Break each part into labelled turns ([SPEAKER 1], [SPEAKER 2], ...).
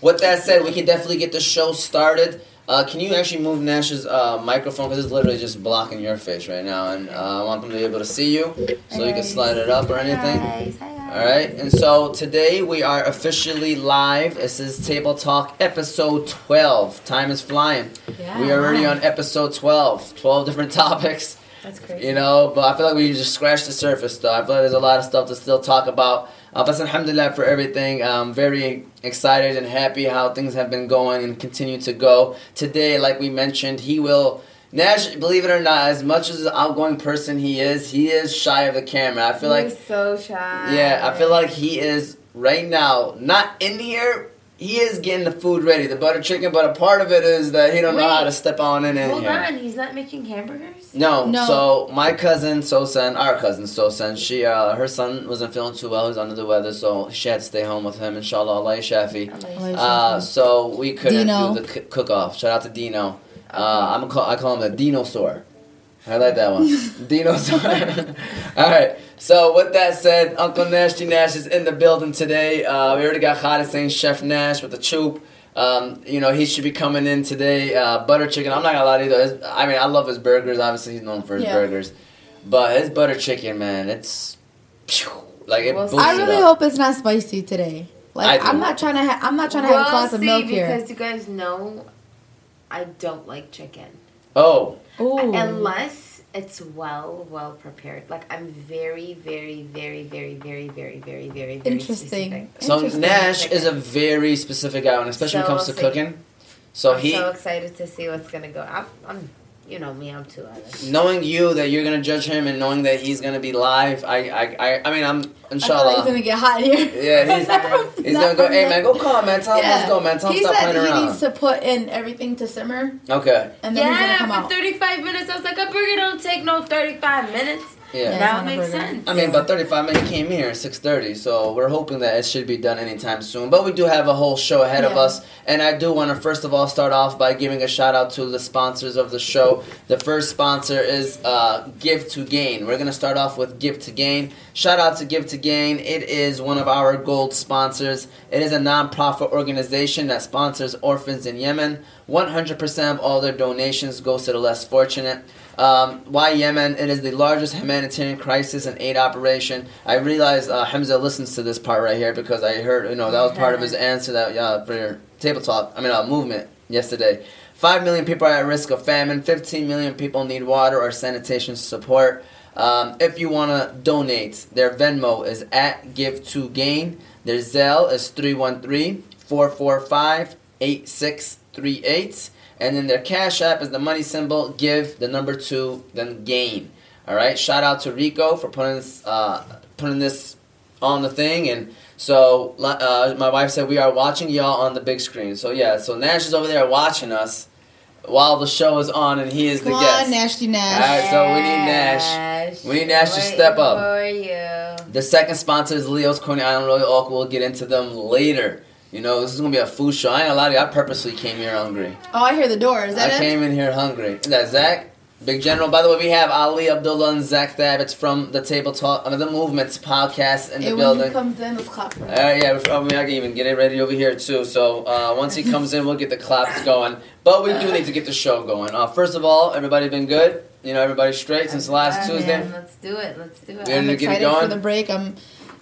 [SPEAKER 1] With that said, we can definitely get the show started. Uh, can you actually move Nash's uh, microphone? Because it's literally just blocking your face right now. And uh, I want them to be able to see you so you can slide it up or anything. All right. And so today we are officially live. This is Table Talk episode 12. Time is flying.
[SPEAKER 2] Yeah.
[SPEAKER 1] We are already on episode 12. 12 different topics.
[SPEAKER 2] That's crazy.
[SPEAKER 1] You know, but I feel like we just scratched the surface, though. I feel like there's a lot of stuff to still talk about. Uh, but alhamdulillah for everything. I'm very excited and happy how things have been going and continue to go. Today, like we mentioned, he will. Nash, believe it or not, as much as an outgoing person he is, he is shy of the camera. I feel like.
[SPEAKER 2] You're so shy.
[SPEAKER 1] Yeah, I feel like he is right now not in here. He is getting the food ready, the butter chicken, but a part of it is that he don't know how
[SPEAKER 2] Wait.
[SPEAKER 1] to step on in and
[SPEAKER 2] Hold
[SPEAKER 1] here.
[SPEAKER 2] on, he's not making hamburgers.
[SPEAKER 1] No,
[SPEAKER 3] No.
[SPEAKER 1] so my cousin Sosan, our cousin Sosan, she uh, her son wasn't feeling too well. He was under the weather, so she had to stay home with him. Inshallah, Allah Shafi.
[SPEAKER 2] Like,
[SPEAKER 1] Uh, so we couldn't
[SPEAKER 3] Dino.
[SPEAKER 1] do the c- cook off. Shout out to Dino. Uh, I'm a call, I call him the dinosaur. I like that one. dinosaur. All right. So with that said, Uncle Nasty Nash is in the building today. Uh, we already got Khalid saying Chef Nash with the choop. Um, you know he should be coming in today. Uh, butter chicken. I'm not gonna lie to you though. It's- I mean I love his burgers. Obviously he's known for his
[SPEAKER 3] Yeah.
[SPEAKER 1] burgers, but his butter chicken, man, it's phew, like it
[SPEAKER 2] Well,
[SPEAKER 1] boosts
[SPEAKER 3] I
[SPEAKER 1] it
[SPEAKER 3] really
[SPEAKER 1] Oh, up.
[SPEAKER 3] hope it's not spicy today. Like
[SPEAKER 1] I do.
[SPEAKER 3] I'm not trying to. Ha- I'm not trying to have a glass of milk here.
[SPEAKER 2] because you guys know I don't like chicken
[SPEAKER 1] Oh,
[SPEAKER 3] Ooh.
[SPEAKER 2] unless it's well, well prepared. Like I'm very, very, very, very, very, very, very, very, very
[SPEAKER 3] Interesting.
[SPEAKER 2] specific.
[SPEAKER 1] So
[SPEAKER 3] Interesting.
[SPEAKER 1] Nash is a very specific guy, and especially when it
[SPEAKER 2] So
[SPEAKER 1] comes to
[SPEAKER 2] see.
[SPEAKER 1] cooking. So
[SPEAKER 2] I'm
[SPEAKER 1] he,
[SPEAKER 2] so excited to see what's gonna go. I'm, I'm you know me. I'm too out of it.
[SPEAKER 1] knowing you that you're gonna judge him, and knowing that he's gonna be live, I, I, I, I mean, I'm
[SPEAKER 3] I feel like it's
[SPEAKER 1] inshallah.
[SPEAKER 3] gonna get hot in here.
[SPEAKER 1] Yeah, he's- He's gonna go, hey man, go call man, tell him
[SPEAKER 3] Yeah.
[SPEAKER 1] let's go man, tell him
[SPEAKER 3] he
[SPEAKER 1] stop
[SPEAKER 3] said
[SPEAKER 1] playing
[SPEAKER 3] he
[SPEAKER 1] around.
[SPEAKER 3] needs to put in everything to simmer,
[SPEAKER 1] okay,
[SPEAKER 3] and then he's gonna
[SPEAKER 2] Yeah,
[SPEAKER 3] come
[SPEAKER 2] for
[SPEAKER 3] out.
[SPEAKER 2] 35 minutes. I was like, a burger don't take no 35 minutes.
[SPEAKER 1] yeah.
[SPEAKER 3] Yeah.
[SPEAKER 2] Now it
[SPEAKER 3] it's not a
[SPEAKER 2] makes
[SPEAKER 3] burger.
[SPEAKER 2] sense.
[SPEAKER 1] I mean, but 35 minutes he came here at 6:30, so we're hoping that it should be done anytime soon. But we do have a whole show ahead of
[SPEAKER 3] Yeah.
[SPEAKER 1] us, and I do want to first of all start off by giving a shout out to the sponsors of the show. The first sponsor is uh, Give to Gain. We're gonna start off with Give to Gain. Shout out to Give to Gain. It is one of our gold sponsors. It is a nonprofit organization that sponsors orphans in Yemen. 100% of all their donations goes to the less fortunate. Um, why Yemen? It is the largest humanitarian crisis and aid operation. I realize uh, Hamza listens to this part right here because I heard, you know, that was part of his answer that uh, for your table talk, I mean, uh, movement yesterday. 5 million people are at risk of famine, 15 million people need water or sanitation support. Um, if you want to donate, their Venmo is at give2gain. Their Zelle is 313 445 8638. And then their Cash App is the money symbol, give, the number two, then gain. All right. Shout out to Rico for putting this, uh, putting this on the thing. And so li- uh, my wife said, We are watching y'all on the big screen. So yeah, so Nash is over there watching us while the show is on and he is
[SPEAKER 3] Come
[SPEAKER 1] the
[SPEAKER 3] on,
[SPEAKER 1] guest.
[SPEAKER 3] Nasty Nash.
[SPEAKER 1] All right, so we need Nash. We need Nash to step
[SPEAKER 2] waiting
[SPEAKER 1] up.
[SPEAKER 2] For you.
[SPEAKER 1] The second sponsor is Leo's Coney Island Royal Oak. We'll get into them later. You know, this is gonna be a food show. I ain't gonna lie to you, I purposely came here hungry.
[SPEAKER 3] Oh, I hear the door. Is that
[SPEAKER 1] I
[SPEAKER 3] it?
[SPEAKER 1] came in here hungry. Is that Zach? Big General. By the way, we have Ali Abdullah and Zach Thabitz from the Table Talk, I mean, the Movements podcast in the
[SPEAKER 3] Hey, when he
[SPEAKER 1] building.
[SPEAKER 3] comes in, let's clap for him.
[SPEAKER 1] All right, yeah, I mean, I can even get it ready over here too. So uh, once he comes in, we'll get the claps going. But we do need to get the show going. Uh, first of all, everybody been good. You know, everybody straight since last
[SPEAKER 2] Yeah,
[SPEAKER 1] Tuesday.
[SPEAKER 2] man, let's do it. Let's do it.
[SPEAKER 1] Yeah.
[SPEAKER 3] I'm
[SPEAKER 1] to get it
[SPEAKER 3] excited for
[SPEAKER 1] going?
[SPEAKER 3] the break. I'm,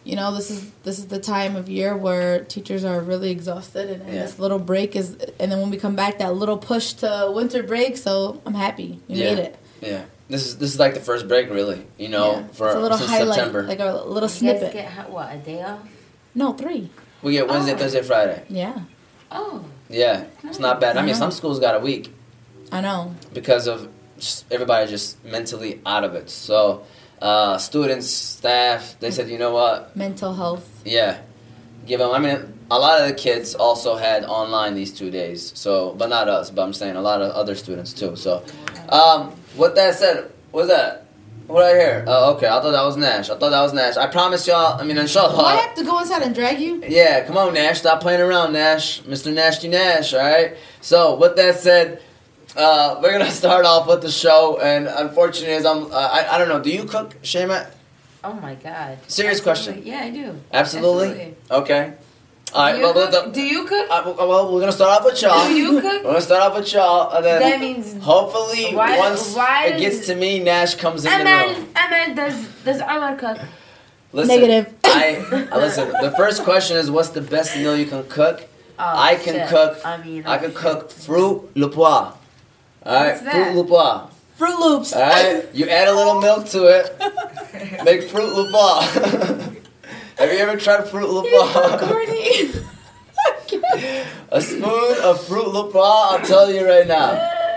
[SPEAKER 3] you know, this is this is the time of year where teachers are really exhausted, and, and
[SPEAKER 1] Yeah.
[SPEAKER 3] this little break is, and then when we come back, that little push to winter break. So I'm happy we
[SPEAKER 1] Yeah.
[SPEAKER 3] made it.
[SPEAKER 1] Yeah, this is this is like the first break, really. You know,
[SPEAKER 3] Yeah.
[SPEAKER 1] for
[SPEAKER 3] it's a little
[SPEAKER 1] since
[SPEAKER 3] highlight,
[SPEAKER 1] September.
[SPEAKER 3] like a little
[SPEAKER 2] You guys
[SPEAKER 3] snippet.
[SPEAKER 2] get how- what a day off.
[SPEAKER 3] no, three.
[SPEAKER 1] we get Wednesday,
[SPEAKER 2] Oh.
[SPEAKER 1] Thursday, Friday.
[SPEAKER 3] Yeah,
[SPEAKER 2] Oh,
[SPEAKER 1] Yeah, it's not bad. I mean,
[SPEAKER 3] Mhm.
[SPEAKER 1] some schools got a week
[SPEAKER 3] I know.
[SPEAKER 1] because of just, everybody just mentally out of it. So uh, students, staff, they said, you know what?
[SPEAKER 3] Mental health.
[SPEAKER 1] Yeah, give them. I mean, a lot of the kids also had online these two days. So, but not us. But I'm saying a lot of other students too. So, um, with that said, what's that? What I hear? Oh, okay. I thought that was Nash. I thought that was Nash. I promise y'all. I mean, inshallah.
[SPEAKER 3] Do I have to go inside and drag you?
[SPEAKER 1] Yeah, come on, Nash. Stop playing around, Nash. Mr. Nasty Nash, all right? So, with that said, uh, we're going to start off with the show. And unfortunately, as I'm, uh, I, I don't know, do you cook, Shema?
[SPEAKER 2] oh my God.
[SPEAKER 1] Serious question.
[SPEAKER 2] Absolutely. Yeah, I do.
[SPEAKER 1] Absolutely? Okay. All right,
[SPEAKER 4] you
[SPEAKER 1] well,
[SPEAKER 4] cook?
[SPEAKER 1] the,
[SPEAKER 4] do you cook?
[SPEAKER 1] uh, well, we're gonna start off with y'all.
[SPEAKER 4] do you cook?
[SPEAKER 1] We're gonna start off with y'all, and then
[SPEAKER 4] that means
[SPEAKER 1] hopefully
[SPEAKER 4] Why-
[SPEAKER 1] once
[SPEAKER 4] why
[SPEAKER 1] it gets
[SPEAKER 4] does-
[SPEAKER 1] to me, Nash comes in the room.
[SPEAKER 4] Amen. Amen. Does does Arman cook?
[SPEAKER 1] Listen,
[SPEAKER 3] Negative.
[SPEAKER 1] I I- listen. The first question is, what's the best meal you can cook?
[SPEAKER 4] Oh,
[SPEAKER 1] I can
[SPEAKER 4] shit.
[SPEAKER 1] cook.
[SPEAKER 4] I mean,
[SPEAKER 1] I
[SPEAKER 4] oh,
[SPEAKER 1] can
[SPEAKER 4] shit.
[SPEAKER 1] cook fruit le pois. All right,
[SPEAKER 4] What's that?
[SPEAKER 1] fruit le pois.
[SPEAKER 3] Fruit Loops.
[SPEAKER 1] All right, you add a little milk to it. Make fruit le pois. Have you ever tried fruit le
[SPEAKER 3] You're so
[SPEAKER 1] pois?
[SPEAKER 3] corny.
[SPEAKER 1] A spoon of Fruit Le Pas, I'm telling you right now.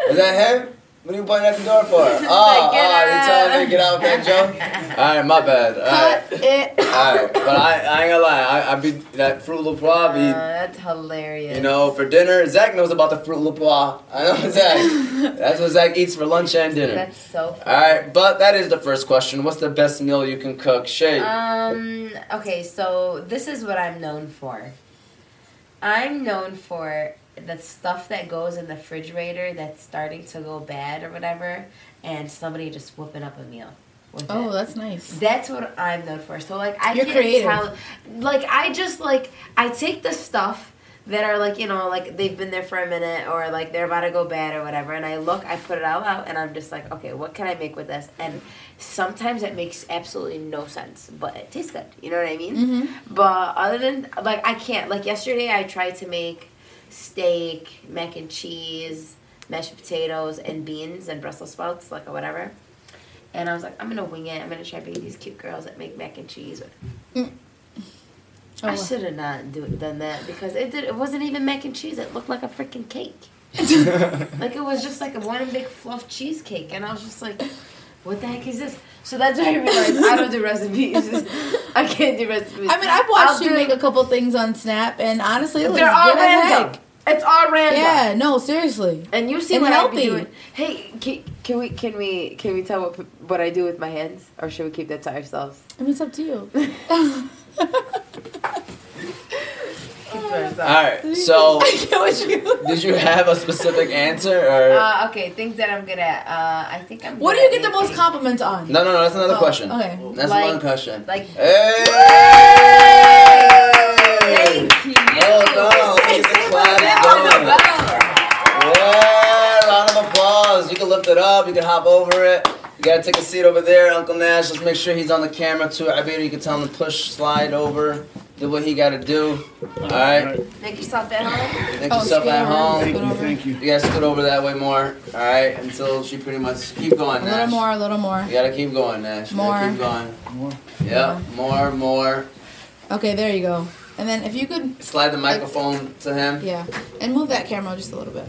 [SPEAKER 1] Is that him? What are you pointing at the door for? Oh, oh,
[SPEAKER 4] "Get
[SPEAKER 1] you telling me to get out with that joke? Alright, my bad.
[SPEAKER 3] Cut
[SPEAKER 1] Alright.
[SPEAKER 3] it.
[SPEAKER 1] Alright, but I, I ain't gonna lie. I, I be that Fruit Le Pas
[SPEAKER 4] Uh,
[SPEAKER 1] be,
[SPEAKER 4] that's hilarious.
[SPEAKER 1] you know, for dinner. Zach knows about the Fruit Le Pas. I know Zach. That's what Zach eats for lunch and dinner.
[SPEAKER 4] that's so.
[SPEAKER 1] Alright, but that is the first question. What's the best meal you can cook? Shay.
[SPEAKER 4] Um. Okay, so this is what I'm known for. I'm known for the stuff that goes in the refrigerator that's starting to go bad or whatever, and somebody just whipping up a meal. With
[SPEAKER 3] Oh,
[SPEAKER 4] it.
[SPEAKER 3] that's nice.
[SPEAKER 4] That's what I'm known for. So like I
[SPEAKER 3] You're
[SPEAKER 4] can't
[SPEAKER 3] creative.
[SPEAKER 4] tell like I just like I take the stuff that are like, you know, like they've been there for a minute or like they're about to go bad or whatever and I look, I put it all out and I'm just like, okay, what can I make with this? And sometimes it makes absolutely no sense, but it tastes good. You know what I mean?
[SPEAKER 3] hmm
[SPEAKER 4] But other than like I can't like yesterday I tried to make steak, mac and cheese, mashed potatoes and beans and Brussels sprouts, like or whatever. And I was like, I'm gonna wing it. I'm gonna try to be these cute girls that make mac and cheese.
[SPEAKER 3] Oh.
[SPEAKER 4] I should have not do, done that because it did. It wasn't even mac and cheese. It looked like a freaking cake. Like it was just like one big fluffed cheesecake, and I was just like, "What the heck is this?" So that's why I realized I don't do recipes. I can't do recipes.
[SPEAKER 3] I mean, I've watched
[SPEAKER 4] I'll
[SPEAKER 3] you
[SPEAKER 4] do-
[SPEAKER 3] make a couple things on Snap, and honestly, it looks
[SPEAKER 4] They're all
[SPEAKER 3] good as
[SPEAKER 4] random.
[SPEAKER 3] heck.
[SPEAKER 4] It's all random.
[SPEAKER 3] Yeah, no, seriously.
[SPEAKER 4] And you see
[SPEAKER 3] And
[SPEAKER 4] what I
[SPEAKER 3] healthy.
[SPEAKER 4] be doing. Hey, can, can we can we can we tell what what I do with my hands, or should we keep that to ourselves?
[SPEAKER 3] I mean, it's up to you.
[SPEAKER 4] Keep to ourselves.
[SPEAKER 1] Alright, so
[SPEAKER 3] I get what you.
[SPEAKER 1] did you have a specific answer or?
[SPEAKER 4] Uh, okay, things that I'm good at. Uh, I think I'm.
[SPEAKER 3] What do
[SPEAKER 4] good
[SPEAKER 3] you
[SPEAKER 4] at
[SPEAKER 3] get the most
[SPEAKER 4] baking.
[SPEAKER 3] compliments on?
[SPEAKER 1] no, no, no, that's another
[SPEAKER 3] Oh,
[SPEAKER 1] question.
[SPEAKER 3] Okay.
[SPEAKER 1] That's
[SPEAKER 4] Like-
[SPEAKER 1] one question.
[SPEAKER 4] Like,
[SPEAKER 1] Hey!
[SPEAKER 4] thank you.
[SPEAKER 1] Well done. Look at the clap going. Yeah, round of applause. You can lift it up. You can hop over it. You gotta take a seat over there, Uncle Nash. Let's make sure he's on the camera too. Ibedo, you can tell him to push, slide over, do what he gotta do. All right.
[SPEAKER 4] Make yourself at home.
[SPEAKER 1] Make
[SPEAKER 3] Oh,
[SPEAKER 1] yourself
[SPEAKER 3] scoot
[SPEAKER 1] at
[SPEAKER 3] over.
[SPEAKER 1] home.
[SPEAKER 3] Thank you, thank
[SPEAKER 1] You guys scoot over that way more. All right. Until she pretty much keep going.
[SPEAKER 3] A
[SPEAKER 1] Nash.
[SPEAKER 3] little more, a little more.
[SPEAKER 1] You gotta keep going, Nash. You gotta
[SPEAKER 3] More.
[SPEAKER 1] Keep going.
[SPEAKER 5] More.
[SPEAKER 1] Yeah. More. More.
[SPEAKER 3] Okay, there you go. And then if you could,
[SPEAKER 1] Slide the microphone to him.
[SPEAKER 3] yeah, and move that camera just a little bit.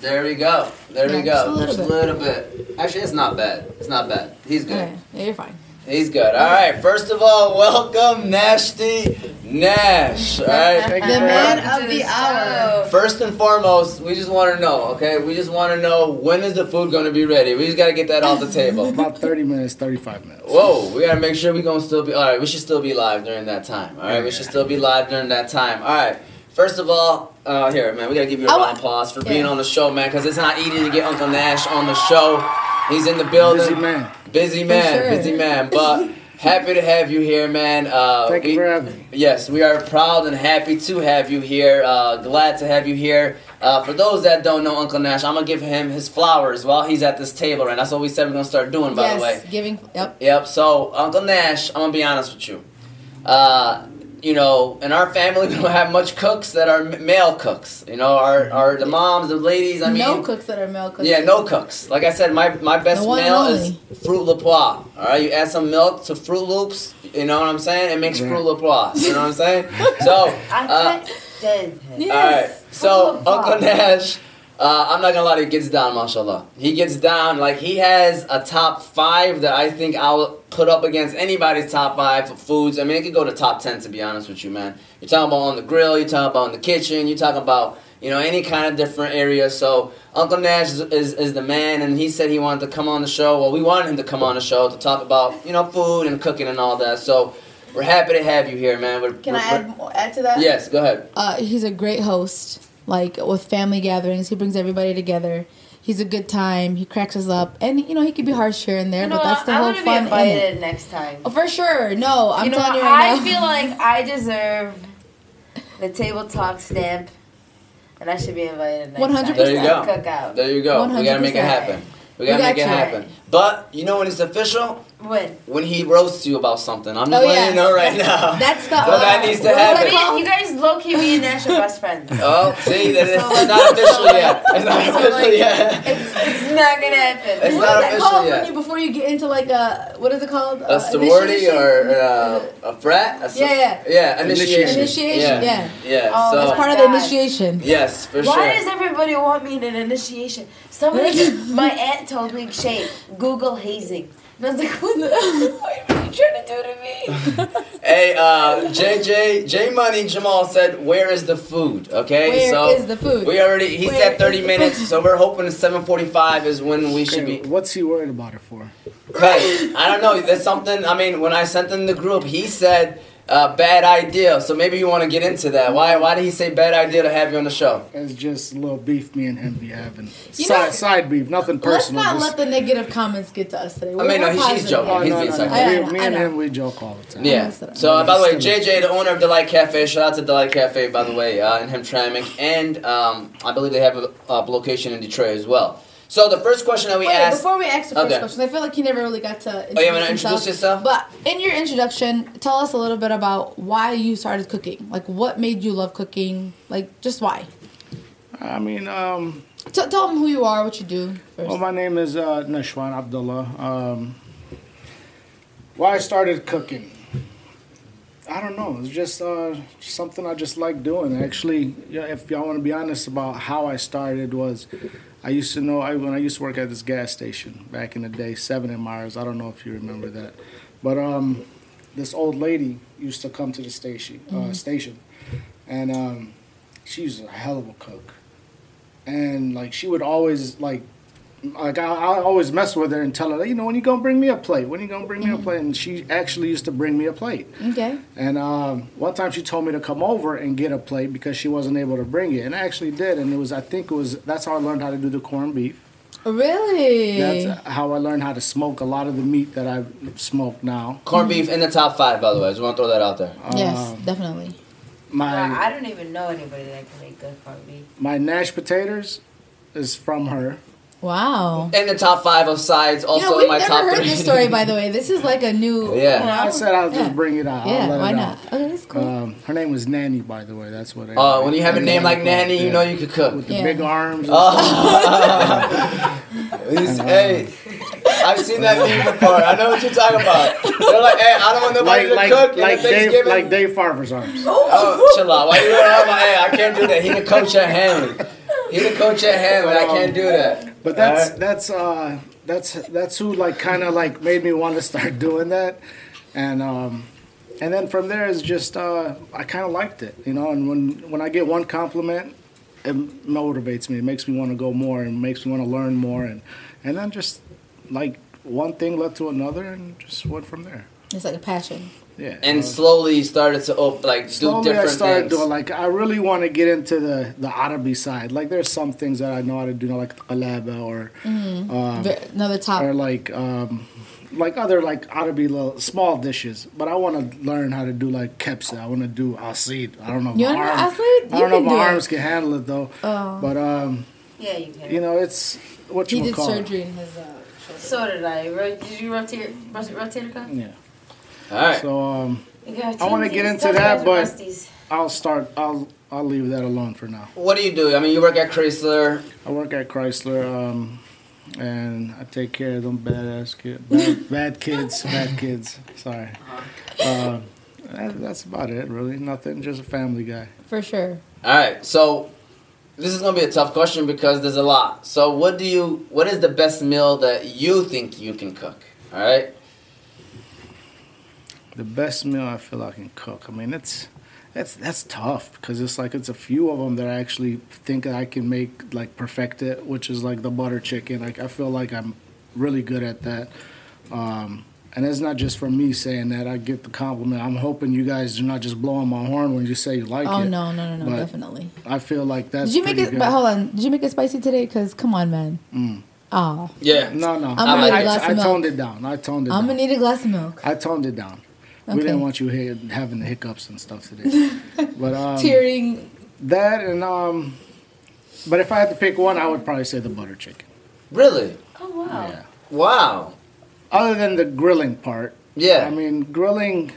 [SPEAKER 1] There we go. There we
[SPEAKER 3] Yeah,
[SPEAKER 1] go. Just
[SPEAKER 3] just
[SPEAKER 1] a
[SPEAKER 3] a
[SPEAKER 1] little, bit. Actually, it's not bad. It's not bad. He's good.
[SPEAKER 3] Okay, yeah, you're fine.
[SPEAKER 1] He's good. All right. First of all, welcome, Nasty Nash. All right.
[SPEAKER 3] The man
[SPEAKER 4] Welcome
[SPEAKER 3] of
[SPEAKER 4] to
[SPEAKER 3] the
[SPEAKER 4] the
[SPEAKER 3] hour.
[SPEAKER 1] First and foremost, we just want to know. Okay. We just want to know when is the food going to be ready. We just got to get that off the table.
[SPEAKER 5] About 30 minutes, 35 minutes.
[SPEAKER 1] Whoa, we gotta make sure we gonna still be all right. We should still be live during that time. All right, we should still be live during that time. All right. First of all, uh, here, man, we gotta give you a
[SPEAKER 3] I wa-
[SPEAKER 1] round of applause for being
[SPEAKER 3] Yeah.
[SPEAKER 1] on the show, man, because it's not easy to get Uncle Nash on the show. He's in the building,
[SPEAKER 5] Busy man.
[SPEAKER 1] busy man,
[SPEAKER 3] sure.
[SPEAKER 1] busy man. But happy to have you here, man. Uh,
[SPEAKER 5] Thank
[SPEAKER 1] we-
[SPEAKER 5] you for having me.
[SPEAKER 1] Yes, we are proud and happy to have you here. Uh, glad to have you here. Uh, for those that don't know Uncle Nash, I'm gonna give him his flowers while he's at this table, and that's what we said we're gonna start doing. By
[SPEAKER 3] yes,
[SPEAKER 1] the way,
[SPEAKER 3] giving. Yep.
[SPEAKER 1] Yep. So Uncle Nash, I'm gonna be honest with you. Uh, you know, in our family, we don't have much cooks that are m- male cooks. You know, our our the moms, the ladies. I mean,
[SPEAKER 3] no cooks that are male cooks.
[SPEAKER 1] yeah, no cooks. Like I said, my my best
[SPEAKER 3] The one and
[SPEAKER 1] meal
[SPEAKER 3] only.
[SPEAKER 1] is Fruit Le Pois. All right, you add some milk to Fruit Loops. You know what I'm saying? It makes
[SPEAKER 5] Right.
[SPEAKER 1] Fruit Le Pois. You know what I'm saying? So.
[SPEAKER 4] I
[SPEAKER 1] Uh,
[SPEAKER 4] can't stand him.
[SPEAKER 1] All
[SPEAKER 3] Yes.
[SPEAKER 1] right. So
[SPEAKER 4] Full of
[SPEAKER 1] Uncle
[SPEAKER 4] love.
[SPEAKER 1] Nash, uh, I'm not gonna lie, to you, he gets down, mashallah. He gets down. Like he has a top five that I think I'll put up against anybody's top five for foods. I mean, it could go to top ten to be honest with you, man. You're talking about on the grill. You're talking about in the kitchen. You're talking about you know any kind of different area. So Uncle Nash is, is, is the man, and he said he wanted to come on the show. Well, we wanted him to come on the show to talk about you know food and cooking and all that. So. We're happy to have you here, man. We're,
[SPEAKER 3] Can I
[SPEAKER 1] we're-
[SPEAKER 3] add more- add to that?
[SPEAKER 1] Yes, go ahead.
[SPEAKER 3] Uh, he's a great host. Like with family gatherings, he brings everybody together. He's a good time. He cracks us up, and you know he could be harsh here and there,
[SPEAKER 4] You know
[SPEAKER 3] but
[SPEAKER 4] what?
[SPEAKER 3] that's the
[SPEAKER 4] I
[SPEAKER 3] whole
[SPEAKER 4] wanna be
[SPEAKER 3] fun in it.
[SPEAKER 4] invited next time.
[SPEAKER 3] Oh, for sure. No, I'm
[SPEAKER 4] you know,
[SPEAKER 3] telling
[SPEAKER 4] what?
[SPEAKER 3] you right
[SPEAKER 4] I
[SPEAKER 3] now.
[SPEAKER 4] feel like I deserve the table talk stamp, and I should be invited. Next
[SPEAKER 3] 100%.
[SPEAKER 1] There you go.
[SPEAKER 4] time. Cookout.
[SPEAKER 1] There you go. We gotta make it
[SPEAKER 3] 100%.
[SPEAKER 1] happen. We gotta
[SPEAKER 3] We
[SPEAKER 1] make
[SPEAKER 3] got
[SPEAKER 1] it
[SPEAKER 3] you.
[SPEAKER 1] happen. But you know when it's official,
[SPEAKER 4] When?
[SPEAKER 1] when he roasts you about something, I'm just
[SPEAKER 3] Oh,
[SPEAKER 1] letting
[SPEAKER 3] yeah.
[SPEAKER 1] you know right now.
[SPEAKER 3] That's the.
[SPEAKER 1] So that needs to happen.
[SPEAKER 4] Wait, you guys low key me and Nash are best friends.
[SPEAKER 1] Oh, see, that it's
[SPEAKER 4] So-
[SPEAKER 1] not official yet. It's not official yet.
[SPEAKER 4] It's, it's not gonna happen.
[SPEAKER 1] It's not
[SPEAKER 3] what is that
[SPEAKER 1] official
[SPEAKER 3] called
[SPEAKER 1] yet.
[SPEAKER 3] when you before you get into like a what is it called? Uh,
[SPEAKER 1] A sorority
[SPEAKER 3] initiation?
[SPEAKER 1] or uh, a frat? A so-
[SPEAKER 3] Yeah, yeah.
[SPEAKER 1] Yeah, initiation.
[SPEAKER 3] Initiation, yeah.
[SPEAKER 1] Yeah,
[SPEAKER 4] Oh,
[SPEAKER 1] so.
[SPEAKER 3] That's part of the initiation.
[SPEAKER 1] yes, for
[SPEAKER 4] Why
[SPEAKER 1] sure.
[SPEAKER 4] does everybody want me in an initiation? Somebody, my aunt told me, Shay, Google hazing. And I was like, what the what are you trying to do to me?
[SPEAKER 1] hey, uh, JJ, J Money Jamal said, Where is the food? Okay,
[SPEAKER 3] Where is
[SPEAKER 1] so.
[SPEAKER 3] the food?
[SPEAKER 1] we already, he
[SPEAKER 3] Where
[SPEAKER 1] said
[SPEAKER 3] is
[SPEAKER 1] 30
[SPEAKER 3] the
[SPEAKER 1] minutes, so we're hoping 7.45 is when we should be.
[SPEAKER 5] Okay, what's he worried about it for?
[SPEAKER 1] Right. I don't know. That's something. I mean, when I sent him the group, he said uh, bad idea. So maybe you want to get into that. Why? Why did he say bad idea to have you on the show?
[SPEAKER 5] It's just a little beef me and him be having.
[SPEAKER 3] You
[SPEAKER 5] side,
[SPEAKER 3] know-
[SPEAKER 5] side beef, nothing
[SPEAKER 3] Let's
[SPEAKER 5] personal.
[SPEAKER 3] not
[SPEAKER 5] just-
[SPEAKER 3] let the negative comments get to us today. We're,
[SPEAKER 1] mean, no,
[SPEAKER 3] we're
[SPEAKER 1] he- she's
[SPEAKER 3] positive.
[SPEAKER 1] joking.
[SPEAKER 5] Oh,
[SPEAKER 1] He's
[SPEAKER 5] no,
[SPEAKER 1] being
[SPEAKER 5] no, no.
[SPEAKER 1] sarcastic.
[SPEAKER 5] We-
[SPEAKER 3] I
[SPEAKER 5] Me
[SPEAKER 3] know, I
[SPEAKER 5] and
[SPEAKER 3] know.
[SPEAKER 5] him, we joke all the time.
[SPEAKER 1] Yeah.
[SPEAKER 3] Understood.
[SPEAKER 1] So uh, by the way, JJ, the owner of Delight Cafe, shout out to Delight Cafe by the way, uh, and him Hamtramck, and um, I believe they have a, a location in Detroit as well. So the first question that we
[SPEAKER 3] Wait,
[SPEAKER 1] asked.
[SPEAKER 3] before we ask the first
[SPEAKER 1] Okay.
[SPEAKER 3] question, I feel like he never really got to introduce,
[SPEAKER 1] Oh, you want to
[SPEAKER 3] himself.
[SPEAKER 1] introduce yourself?
[SPEAKER 3] But in your introduction, tell us a little bit about why you started cooking. Like, what made you love cooking? Like, just why?
[SPEAKER 5] I mean, um,
[SPEAKER 3] T- tell them who you are, what you do first.
[SPEAKER 5] Well, my name is uh, Nashwan Abdullah. Um, why I started cooking? I don't know. It's just uh, something I just like doing. Actually, yeah, if y'all want to be honest about how I started, was I used to know I, when I used to work at this gas station back in the day, Seven and Myers. I don't know if you remember that, but um, this old lady used to come to the station, uh, station, and um, she was a hell of a cook and like she would always like like I, I always mess with her and tell her you know when you gonna bring me a plate when you gonna bring me a plate and she actually used to bring me a plate
[SPEAKER 3] okay.
[SPEAKER 5] and um, one time she told me to come over and get a plate because she wasn't able to bring it and I actually did and it was I think it was that's how I learned how to do the corned beef
[SPEAKER 3] Really?
[SPEAKER 5] that's how I learned how to smoke a lot of the meat that I smoke now
[SPEAKER 1] Corned beef in the top five, by the way. I just want to throw that out there.
[SPEAKER 3] yes,
[SPEAKER 5] um,
[SPEAKER 3] definitely.
[SPEAKER 5] my
[SPEAKER 4] I don't even know anybody that can make good for me.
[SPEAKER 5] my mashed potatoes is from her
[SPEAKER 3] Wow.
[SPEAKER 1] In the top five of sides,
[SPEAKER 3] You
[SPEAKER 1] also
[SPEAKER 3] know,
[SPEAKER 1] in
[SPEAKER 3] we've
[SPEAKER 1] my
[SPEAKER 3] never
[SPEAKER 1] top
[SPEAKER 3] heard
[SPEAKER 1] three.
[SPEAKER 3] this story, by the way. This is like a new.
[SPEAKER 1] Yeah.
[SPEAKER 3] you know?
[SPEAKER 5] I said I'll just
[SPEAKER 3] Yeah.
[SPEAKER 5] bring it out I'll
[SPEAKER 3] Yeah,
[SPEAKER 5] let
[SPEAKER 3] why
[SPEAKER 5] it
[SPEAKER 3] not?
[SPEAKER 5] out.
[SPEAKER 3] Okay, that's cool.
[SPEAKER 5] Um, her name was Nanny, by the way. That's what.
[SPEAKER 1] Oh, when you have a
[SPEAKER 5] everybody
[SPEAKER 1] name like
[SPEAKER 5] called-
[SPEAKER 1] Nanny, you
[SPEAKER 5] yeah.
[SPEAKER 1] know you could cook.
[SPEAKER 5] with the
[SPEAKER 3] Yeah.
[SPEAKER 5] big arms.
[SPEAKER 1] It's- hey,
[SPEAKER 5] um,
[SPEAKER 1] I've seen that meme before. I know what you're talking about. They're like, hey, I don't want nobody
[SPEAKER 5] like
[SPEAKER 1] to
[SPEAKER 5] like
[SPEAKER 1] cook in
[SPEAKER 5] like
[SPEAKER 1] the
[SPEAKER 5] Dave
[SPEAKER 1] Thanksgiving.
[SPEAKER 5] like Dave Farver's arms.
[SPEAKER 1] Oh, chill out. Why you going on my hey, I can't do that. He can coach at Hamlin. He can coach at Hamlin. I can't do that.
[SPEAKER 5] But that's
[SPEAKER 1] Alright.
[SPEAKER 5] that's uh that's that's who like kind of like made me want to start doing that, and um and then from there is just uh I kind of liked it, you know. And when when I get one compliment, it motivates me. It makes me want to go more and makes me want to learn more, and and then just like one thing led to another, and just went from there.
[SPEAKER 3] It's like a passion.
[SPEAKER 5] Yeah. Uh,
[SPEAKER 1] And slowly started to op- like do
[SPEAKER 5] slowly I
[SPEAKER 1] different
[SPEAKER 5] started
[SPEAKER 1] things.
[SPEAKER 5] doing like I really want to get into the the Arabi side. Like there's some things that I know how to do, you know, like qalaba or
[SPEAKER 3] Mm-hmm.
[SPEAKER 5] um,
[SPEAKER 3] Ve- Another top.
[SPEAKER 5] or like um, like other like Arabi little small dishes. But I want to learn how to do like kepsa. I want to do asid. I don't know. If
[SPEAKER 3] You
[SPEAKER 5] my
[SPEAKER 3] wanna do
[SPEAKER 5] arm-
[SPEAKER 3] asid?
[SPEAKER 5] I
[SPEAKER 3] You
[SPEAKER 5] don't know
[SPEAKER 3] can
[SPEAKER 5] if
[SPEAKER 3] do
[SPEAKER 5] my
[SPEAKER 3] it.
[SPEAKER 5] arms can handle it though.
[SPEAKER 3] Oh.
[SPEAKER 5] But um,
[SPEAKER 4] Yeah, you can.
[SPEAKER 5] you know, it's what
[SPEAKER 3] he
[SPEAKER 5] you
[SPEAKER 3] did
[SPEAKER 5] call
[SPEAKER 3] surgery in his uh, shoulder.
[SPEAKER 4] So did I. Ro- Did you rotate rotator cuff?
[SPEAKER 5] It. Yeah.
[SPEAKER 1] All right.
[SPEAKER 5] So um,
[SPEAKER 4] You got
[SPEAKER 5] I wanna
[SPEAKER 4] teens,
[SPEAKER 5] get into
[SPEAKER 4] some
[SPEAKER 5] that,
[SPEAKER 4] guys are
[SPEAKER 5] but-
[SPEAKER 4] rusties.
[SPEAKER 5] I'll start. I'll I'll leave that alone for now.
[SPEAKER 1] what do you do? I mean, you work at Chrysler.
[SPEAKER 5] I work at Chrysler, um, and I take care of them badass kids, bad, bad kids, bad kids. Sorry. Um, that, that's about it, really. Nothing, just a family guy.
[SPEAKER 3] For sure.
[SPEAKER 1] All right. So this is gonna be a tough question because there's a lot. So what do you? What is the best meal that you think you can cook? All right.
[SPEAKER 5] The best meal I feel I can cook. I mean, it's that's that's tough because it's like it's a few of them that I actually think I can make like perfect it, which is like the butter chicken. Like I feel like I'm really good at that. Um, and that's not just for me saying that. I get the compliment. I'm hoping you guys are not just blowing my horn when you say you like
[SPEAKER 3] Oh
[SPEAKER 5] it.
[SPEAKER 3] no, no, no, no,
[SPEAKER 5] But-
[SPEAKER 3] definitely.
[SPEAKER 5] I feel like that's.
[SPEAKER 3] Did you make
[SPEAKER 5] pretty
[SPEAKER 3] it?
[SPEAKER 5] Good.
[SPEAKER 3] But hold on, did you make it spicy today? Cause come on, man.
[SPEAKER 1] Mm.
[SPEAKER 3] Oh,
[SPEAKER 1] Yeah.
[SPEAKER 5] No, no.
[SPEAKER 3] gonna
[SPEAKER 5] I,
[SPEAKER 1] need a
[SPEAKER 5] I-
[SPEAKER 3] glass of
[SPEAKER 5] I
[SPEAKER 3] milk.
[SPEAKER 5] toned it down. I toned it
[SPEAKER 3] I'm
[SPEAKER 5] down.
[SPEAKER 3] gonna need a glass of milk.
[SPEAKER 5] I toned it down. We
[SPEAKER 3] Okay.
[SPEAKER 5] didn't want you here having the hiccups and stuff today. but um,
[SPEAKER 3] Tearing.
[SPEAKER 5] that and um, but if I had to pick one, I would probably say the butter chicken.
[SPEAKER 1] Really?
[SPEAKER 4] Oh wow.
[SPEAKER 5] Yeah.
[SPEAKER 1] Wow.
[SPEAKER 5] Other than the grilling part,
[SPEAKER 1] Yeah.
[SPEAKER 5] I mean grilling.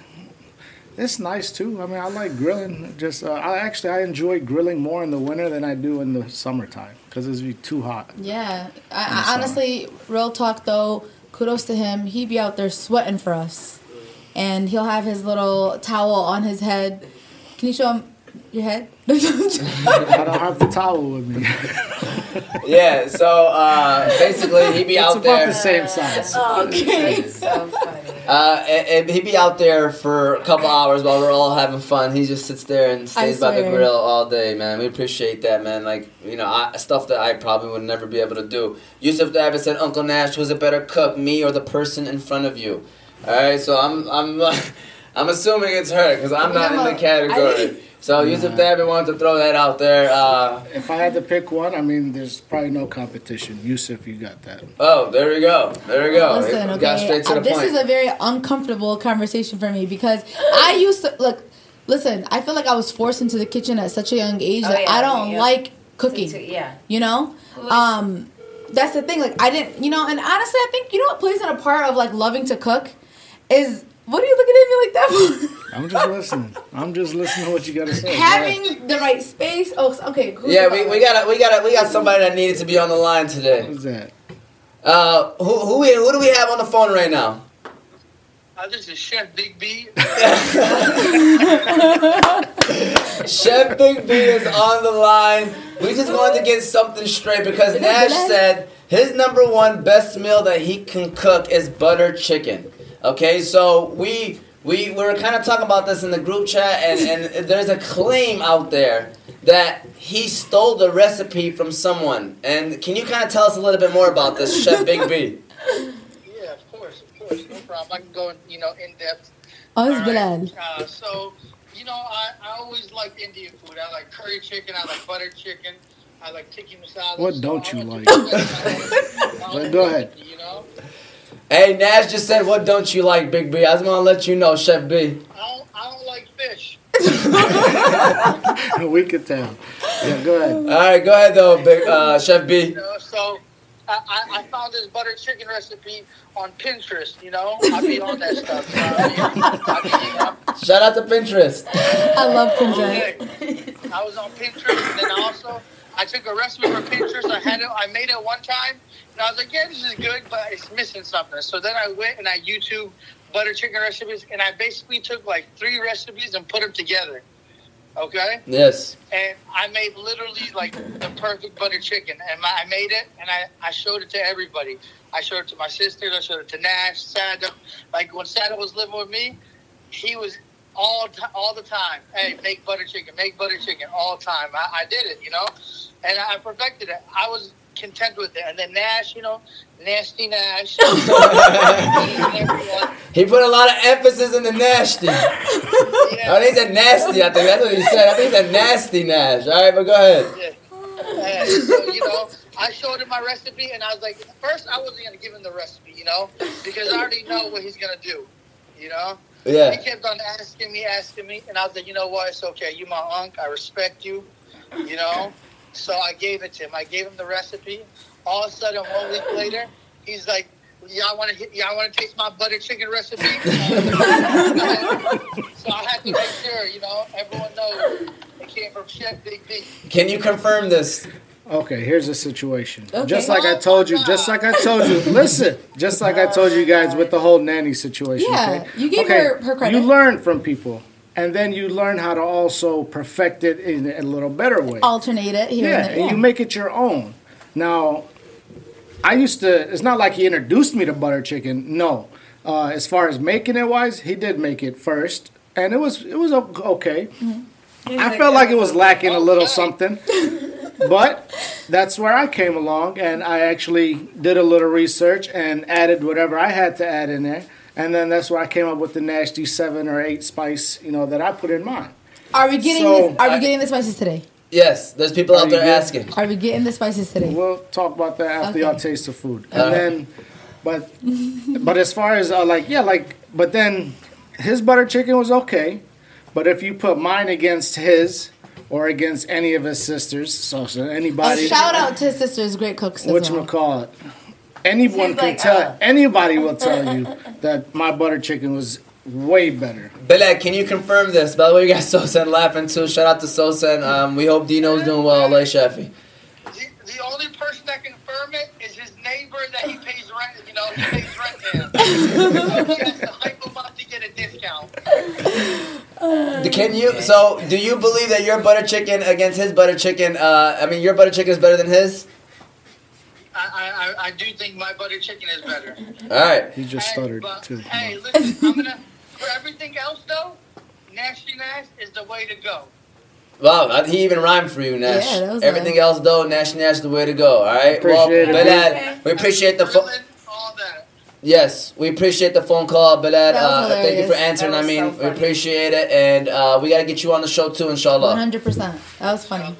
[SPEAKER 5] It's nice too. I mean, I like grilling. Just uh, I actually I enjoy grilling more in the winter than I do in the summertime because it's be too hot.
[SPEAKER 3] Yeah.
[SPEAKER 5] the
[SPEAKER 3] I, I
[SPEAKER 5] summer.
[SPEAKER 3] honestly, real talk though, kudos to him. He be out there sweating for us, and he'll have his little towel on his head. Can you show him your head?
[SPEAKER 5] I don't have the towel with me.
[SPEAKER 1] yeah. So uh, basically, he'd be
[SPEAKER 5] it's
[SPEAKER 1] out
[SPEAKER 5] about
[SPEAKER 1] there.
[SPEAKER 5] the same size.
[SPEAKER 3] okay.
[SPEAKER 4] So funny.
[SPEAKER 1] Uh, and, and he'd be out there for a couple hours while we're all having fun. He just sits there and stays by the
[SPEAKER 3] swear.
[SPEAKER 1] grill all day, man. We appreciate that, man. Like you know, I, stuff that I probably would never be able to do. Yusuf Dabbit said, "Uncle Nash, who's a better cook, me or the person in front of you?" All right, so I'm I'm uh, I'm assuming it's her because I'm not in the category. So Yusuf Dabbit wanted to throw that out there. Uh,
[SPEAKER 5] If I had to pick one, I mean, there's probably no competition. Yusuf, you got that.
[SPEAKER 1] oh, there we go, there we go.
[SPEAKER 3] Listen,
[SPEAKER 1] Oh, It Got
[SPEAKER 3] okay.
[SPEAKER 1] straight to
[SPEAKER 3] uh,
[SPEAKER 1] the
[SPEAKER 3] this
[SPEAKER 1] point.
[SPEAKER 3] is a very uncomfortable conversation for me because I used to look. Listen, I feel like I was forced into the kitchen at such a young age
[SPEAKER 4] Oh,
[SPEAKER 3] that
[SPEAKER 4] yeah,
[SPEAKER 3] I don't
[SPEAKER 4] yeah.
[SPEAKER 3] like
[SPEAKER 4] To-
[SPEAKER 3] cooking.
[SPEAKER 4] to- Yeah.
[SPEAKER 3] You know, um, that's the thing. Like I didn't, you know, and honestly, I think you know what plays in a part of like loving to cook is what are you looking at me like that for?
[SPEAKER 5] I'm just listening. I'm just listening to what you got to say.
[SPEAKER 3] Having the right space. Oh, okay. Who's
[SPEAKER 1] yeah,
[SPEAKER 3] the
[SPEAKER 1] we,
[SPEAKER 3] other
[SPEAKER 1] we
[SPEAKER 3] one?
[SPEAKER 1] got a, we got a, we got somebody that needed to be on the line today.
[SPEAKER 5] What's that?
[SPEAKER 1] Uh, who who we, who do we have on the phone right now?
[SPEAKER 6] Uh, this is Chef Big B.
[SPEAKER 1] Chef Big B is on the line. We just wanted to get something straight because Nash said his number one best meal that he can cook is butter chicken. Okay, so we we, we were kind of talking about this in the group chat, and, and there's a claim out there that he stole the recipe from someone. And can you kind of tell us a little bit more about this, Chef Big B?
[SPEAKER 6] yeah, of course, of course, no problem. I can go, in, you know, in depth.
[SPEAKER 3] Oh, it's
[SPEAKER 6] All
[SPEAKER 3] Bilal.
[SPEAKER 6] right. Uh, so, you know, I, I always liked Indian food. I like curry chicken. I like butter chicken. I like tikka masala.
[SPEAKER 5] What
[SPEAKER 6] So
[SPEAKER 5] don't
[SPEAKER 6] I
[SPEAKER 5] you like?
[SPEAKER 6] went to- I
[SPEAKER 5] Well, go ahead.
[SPEAKER 6] You know,
[SPEAKER 1] Hey, Nash just said, "What don't you like, Big B?" I just want to let you know, Chef B.
[SPEAKER 6] I don't, I don't like fish.
[SPEAKER 5] we could tell. Yeah, go ahead.
[SPEAKER 1] All right, go ahead though, Big uh, Chef B.
[SPEAKER 6] You know, so I, I, I found this butter chicken recipe on Pinterest. You know, I be on that stuff. So I be- I be, you know,
[SPEAKER 1] Shout out to Pinterest.
[SPEAKER 3] I love
[SPEAKER 1] Oh,
[SPEAKER 3] Punjab.
[SPEAKER 6] Okay. Oh, I was on Pinterest, and then also I took a recipe from Pinterest. I had it, I made it one time, and I was like, "Yeah, this is good, but it's missing something." So then I went and I YouTube butter chicken recipes, and I basically took like three recipes and put them together. Okay,
[SPEAKER 1] Yes.
[SPEAKER 6] and I made literally like the perfect butter chicken, and my, I made it, and I, I showed it to everybody. I showed it to my sisters. I showed it to Nash, Sada. Like when Sada was living with me, he was all t- all the time. Hey, make butter chicken, make butter chicken all the time. I, I did it, you know, and I perfected it. I was content with it. And then Nash, you know, nasty Nash. Everyone-
[SPEAKER 1] He put a lot of emphasis in the nasty. Oh,
[SPEAKER 6] yeah.
[SPEAKER 1] he said nasty, I think. That's what he said. I think he said nasty Nash. All right, but go ahead.
[SPEAKER 6] Yeah. And so, you know, I showed him my recipe, and I was like, first, I wasn't going to give him the recipe, you know, because I already know what he's going to do, you know? He
[SPEAKER 1] Yeah.
[SPEAKER 6] kept on asking me, asking me, and I was like, you know what? It's okay. You my unk. I respect you, you know? So I gave it to him. I gave him the recipe. All of a sudden, one week later, he's like, y'all want to y'all want to taste my butter chicken recipe? so I had to make sure, you know, everyone knows it came from Chef Big B.
[SPEAKER 1] Can you confirm this?
[SPEAKER 5] Okay, here's the situation.
[SPEAKER 3] Okay.
[SPEAKER 5] Just like I told you, just like I told you. Listen, just like I told you guys with the whole nanny situation.
[SPEAKER 3] Yeah,
[SPEAKER 5] okay?
[SPEAKER 3] you gave
[SPEAKER 5] Okay,
[SPEAKER 3] her- her credit.
[SPEAKER 5] You learn from people, and then you learn how to also perfect it in a little better way.
[SPEAKER 3] Alternate it here
[SPEAKER 5] yeah,
[SPEAKER 3] and there.
[SPEAKER 5] and you make it your own. Now, I used to. It's not like he introduced me to butter chicken. No, uh, as far as making it wise, he did make it first, and it was it was o- okay.
[SPEAKER 3] Mm-hmm.
[SPEAKER 5] I felt like it was lacking a little something, but that's where I came along, and I actually did a little research and added whatever I had to add in there, and then that's where I came up with the nasty seven or eight spice, you know, that I put in mine.
[SPEAKER 3] Are we getting
[SPEAKER 5] So-
[SPEAKER 3] this, are we getting the spices today?
[SPEAKER 1] Yes, there's people
[SPEAKER 5] Are
[SPEAKER 1] out
[SPEAKER 5] you
[SPEAKER 1] there
[SPEAKER 5] good?
[SPEAKER 1] asking.
[SPEAKER 3] Are we getting the spices today?
[SPEAKER 5] We'll talk about that after
[SPEAKER 3] Okay.
[SPEAKER 5] y'all taste the food, and
[SPEAKER 1] Alright.
[SPEAKER 5] then, but, but as far as uh, like yeah, like but then his butter chicken was okay, but if you put mine against his or against any of his sisters, so, so
[SPEAKER 3] A
[SPEAKER 5] anybody,
[SPEAKER 3] shout out to his sisters, great cooks. As
[SPEAKER 5] which
[SPEAKER 3] well.
[SPEAKER 5] call it, anyone
[SPEAKER 4] He's
[SPEAKER 5] can
[SPEAKER 4] like,
[SPEAKER 5] tell.
[SPEAKER 4] uh.
[SPEAKER 5] Anybody will tell you that my butter chicken was way better.
[SPEAKER 1] Belak, can you confirm this? By the way, we got Sosa and laughing too. Shout out to Sosa and um, we hope Dino's doing well. Lay Shafi.
[SPEAKER 6] The, the only person that can confirm it is his neighbor that he pays rent. You know, he pays rent to him. so he has to hype him up to get a discount.
[SPEAKER 1] Can you? So, do you believe that your butter chicken against his butter chicken? Uh, I mean, your butter chicken is better than his.
[SPEAKER 6] I, I, I- I do think my butter chicken is better.
[SPEAKER 1] All right.
[SPEAKER 5] He just
[SPEAKER 6] Hey,
[SPEAKER 5] stuttered
[SPEAKER 6] but-
[SPEAKER 5] too.
[SPEAKER 6] Hey, listen, I'm gonna for everything else though, nasty Nash is the way to go.
[SPEAKER 1] Wow, that- he even rhymed for you, Nash.
[SPEAKER 3] Yeah, that was
[SPEAKER 1] Everything else though, Nash Nash the way to go. All right.
[SPEAKER 5] Appreciate it,
[SPEAKER 1] well,
[SPEAKER 5] man.
[SPEAKER 1] Belad, we appreciate the phone.
[SPEAKER 6] Grilling, all that.
[SPEAKER 1] Yes, we appreciate the phone call, Belad.
[SPEAKER 3] That was
[SPEAKER 1] Uh, thank you for
[SPEAKER 3] hilarious.
[SPEAKER 1] answering.
[SPEAKER 4] That
[SPEAKER 1] I
[SPEAKER 4] was
[SPEAKER 1] mean,
[SPEAKER 4] so
[SPEAKER 1] we
[SPEAKER 4] funny.
[SPEAKER 1] appreciate it, and uh, we gotta get you on the show too, inshallah.
[SPEAKER 3] 100%. That was funny.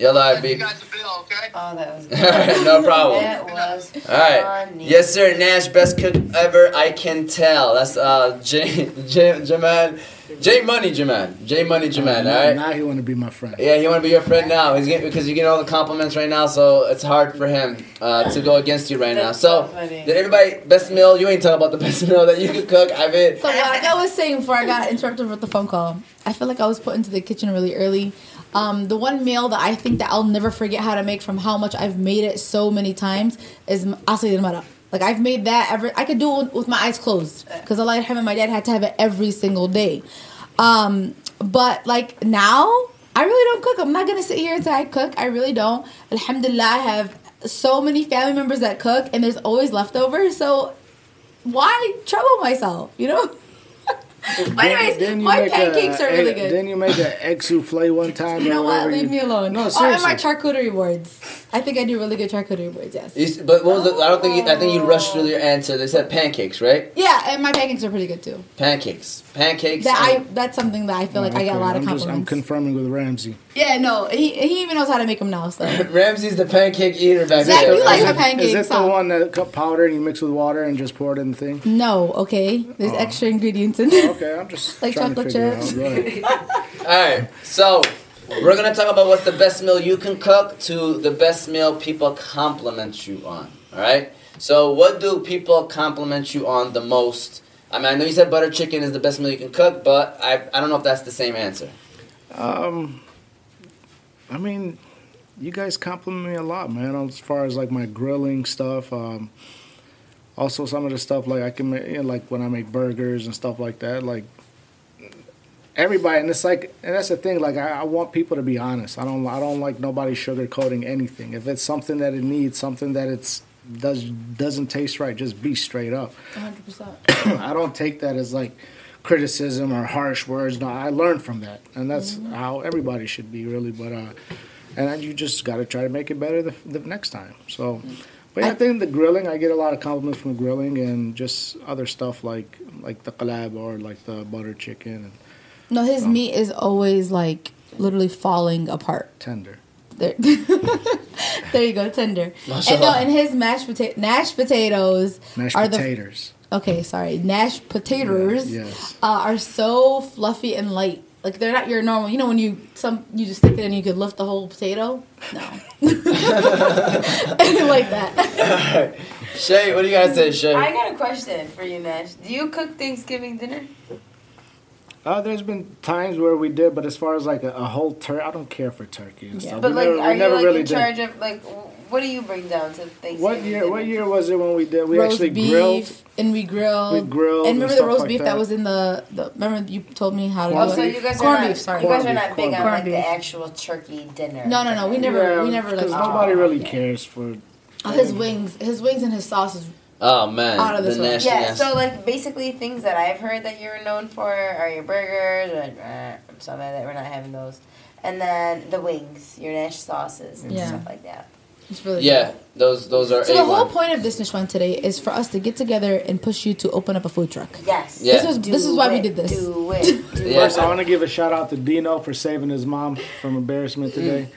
[SPEAKER 1] Yalla,
[SPEAKER 6] You
[SPEAKER 1] Habib.
[SPEAKER 6] got the bill, okay?
[SPEAKER 1] Uh,
[SPEAKER 4] Oh, that was
[SPEAKER 1] All right, no problem.
[SPEAKER 4] That was
[SPEAKER 1] All right.
[SPEAKER 4] funny.
[SPEAKER 1] Yes, sir. Nash, best cook ever. I can tell. That's uh, J, J, Jamal, J Money, Jamal, J Money, Jamal. All
[SPEAKER 5] now,
[SPEAKER 1] right.
[SPEAKER 5] now he want to be my friend.
[SPEAKER 1] Yeah, he want to be your friend now. He's getting, because you get all the compliments right now, so it's hard for him uh, to go against you right now. So,
[SPEAKER 4] funny.
[SPEAKER 1] did everybody best meal? You ain't talking about the best meal that you could cook. I mean,
[SPEAKER 3] So like I was saying before I got interrupted with the phone call, I feel like I was put into the kitchen really early. Um, the one meal that I think that I'll never forget how to make from how much I've made it so many times is m- asli del mara. Like I've made that every I could do it with my eyes closed because Allah and my dad had to have it every single day. Um, but like now, I really don't cook. I'm not gonna sit here and say I cook. I really don't. Alhamdulillah, I have so many family members that cook, and there's always leftovers. So why trouble myself? You know. Anyways, my
[SPEAKER 5] make a-
[SPEAKER 3] pancakes are
[SPEAKER 5] a-
[SPEAKER 3] really good.
[SPEAKER 5] Then you make an egg souffle one time.
[SPEAKER 3] You know
[SPEAKER 5] or
[SPEAKER 3] what?
[SPEAKER 5] whatever
[SPEAKER 3] Leave me alone.
[SPEAKER 5] No,
[SPEAKER 3] oh, and
[SPEAKER 5] seriously.
[SPEAKER 3] my charcuterie boards. I think I do really good charcuterie boards. Yes.
[SPEAKER 1] you, s- but what was the, I don't think you, I think you rushed through your answer. They said pancakes, right?
[SPEAKER 3] Yeah, and my pancakes are pretty good too.
[SPEAKER 1] Pancakes, pancakes.
[SPEAKER 3] That I
[SPEAKER 1] and-
[SPEAKER 3] that's something that I feel like I get a
[SPEAKER 5] Okay,
[SPEAKER 3] lot of
[SPEAKER 5] I'm just- I'm
[SPEAKER 3] compliments.
[SPEAKER 5] confirming with Ramsey.
[SPEAKER 3] yeah, no, he he even knows how to make them now. So
[SPEAKER 1] Ramsey's the pancake eater back
[SPEAKER 3] Zach,
[SPEAKER 1] there.
[SPEAKER 3] you like her
[SPEAKER 5] Is
[SPEAKER 3] pancakes?
[SPEAKER 5] it the
[SPEAKER 3] huh?
[SPEAKER 5] one that cut powder and you mix with water and just pour it in the thing?
[SPEAKER 3] No, okay. There's extra ingredients in there.
[SPEAKER 5] Oh. Okay, I'm just
[SPEAKER 3] Like
[SPEAKER 5] trying
[SPEAKER 3] chocolate
[SPEAKER 5] to figure
[SPEAKER 3] chips.
[SPEAKER 5] It out. Go ahead.
[SPEAKER 1] All right, so we're gonna talk about what's the best meal you can cook to the best meal people compliment you on. All right. So what do people compliment you on the most? I mean, I know you said butter chicken is the best meal you can cook, but I, I don't know if that's the same answer.
[SPEAKER 5] Um, I mean, you guys compliment me a lot, man. As far as like my grilling stuff, um, also some of the stuff like I can make, you know, like when I make burgers and stuff like that, like. Everybody, and it's like, and that's the thing. Like, I, I want people to be honest. I don't, I don't like nobody sugarcoating anything. If it's something that it needs, something that it's does doesn't taste right, just be straight up.
[SPEAKER 3] 100%.
[SPEAKER 5] I don't take that as like criticism or harsh words. No, I learned from that, and that's
[SPEAKER 4] Mm-hmm.
[SPEAKER 5] how everybody should be really. But uh, and then you just got to try to make it better the, the next time. So, but yeah, I think the grilling, I get a lot of compliments from grilling and just other stuff like like the collab or like the butter chicken and
[SPEAKER 3] No,
[SPEAKER 5] Oh.
[SPEAKER 3] his meat is always like literally falling apart.
[SPEAKER 5] tender.
[SPEAKER 3] There, there you go, tender. And no,
[SPEAKER 1] Mashallah.
[SPEAKER 3] and his mashed potato, mashed potatoes
[SPEAKER 5] Mashed
[SPEAKER 3] are
[SPEAKER 5] potatoes.
[SPEAKER 3] the okay, sorry, mashed potatoes
[SPEAKER 5] yes.
[SPEAKER 3] uh, are so fluffy and light. Like they're not your normal. You know when you some you just stick it and you could lift the whole potato. No, like that.
[SPEAKER 1] Shay, what do you guys say,
[SPEAKER 5] Uh,
[SPEAKER 1] Shay?
[SPEAKER 4] I got a question for you, Nash. Do you cook Thanksgiving dinner?
[SPEAKER 5] Uh, there's been times where we did, but as far as like a, a whole turkey, I don't care for turkey and
[SPEAKER 3] Yeah.
[SPEAKER 5] stuff.
[SPEAKER 4] But
[SPEAKER 5] We
[SPEAKER 4] like,
[SPEAKER 5] never- we
[SPEAKER 4] are you
[SPEAKER 5] never
[SPEAKER 4] like
[SPEAKER 5] really
[SPEAKER 4] in
[SPEAKER 5] did.
[SPEAKER 4] charge of like, wh- what do you bring down to Thanksgiving?
[SPEAKER 5] What year?
[SPEAKER 4] dinner?
[SPEAKER 5] What year was it when we did? We
[SPEAKER 3] roast
[SPEAKER 5] actually
[SPEAKER 3] beef
[SPEAKER 5] grilled.
[SPEAKER 3] and we grilled.
[SPEAKER 5] We grilled
[SPEAKER 3] And
[SPEAKER 5] and
[SPEAKER 3] remember
[SPEAKER 5] stuff
[SPEAKER 3] the roast
[SPEAKER 5] like
[SPEAKER 3] beef that.
[SPEAKER 5] that.
[SPEAKER 3] was in the, the. Remember you told me how to.
[SPEAKER 5] Corned
[SPEAKER 3] do
[SPEAKER 4] Oh,
[SPEAKER 3] it?
[SPEAKER 4] so you guys
[SPEAKER 3] corn
[SPEAKER 4] are not,
[SPEAKER 3] beef. Sorry.
[SPEAKER 4] you guys
[SPEAKER 5] Corned
[SPEAKER 4] are
[SPEAKER 5] beef,
[SPEAKER 4] not big
[SPEAKER 5] corned
[SPEAKER 4] on
[SPEAKER 3] beef.
[SPEAKER 4] like
[SPEAKER 3] Corned
[SPEAKER 4] the
[SPEAKER 3] beef.
[SPEAKER 4] actual turkey dinner.
[SPEAKER 3] No, no, no. We never, we never like.
[SPEAKER 5] because
[SPEAKER 3] that.
[SPEAKER 5] nobody really
[SPEAKER 4] okay.
[SPEAKER 5] cares for.
[SPEAKER 3] Oh, his wings, his wings and his sauce is
[SPEAKER 1] oh man,
[SPEAKER 3] Out of
[SPEAKER 1] the
[SPEAKER 3] this world.
[SPEAKER 1] Nash
[SPEAKER 4] Yeah,
[SPEAKER 1] Nash.
[SPEAKER 4] so like basically things that I've heard that you're known for are your burgers, and uh, I'm sorry that we're not having those, and then the wings, your Nash sauces and
[SPEAKER 3] Yeah.
[SPEAKER 4] stuff like that.
[SPEAKER 3] it's really
[SPEAKER 1] yeah, those those are
[SPEAKER 3] good. So the
[SPEAKER 1] A1.
[SPEAKER 3] whole point of this Nishwan today is for us to get together and push you to open up a food truck.
[SPEAKER 4] Yes.
[SPEAKER 1] Yeah.
[SPEAKER 3] This was this is why we
[SPEAKER 4] it,
[SPEAKER 3] did this.
[SPEAKER 4] Do it. Do
[SPEAKER 1] Yeah.
[SPEAKER 5] First, I want to give a shout out to Dino for saving his mom from
[SPEAKER 1] Mm.
[SPEAKER 5] embarrassment today.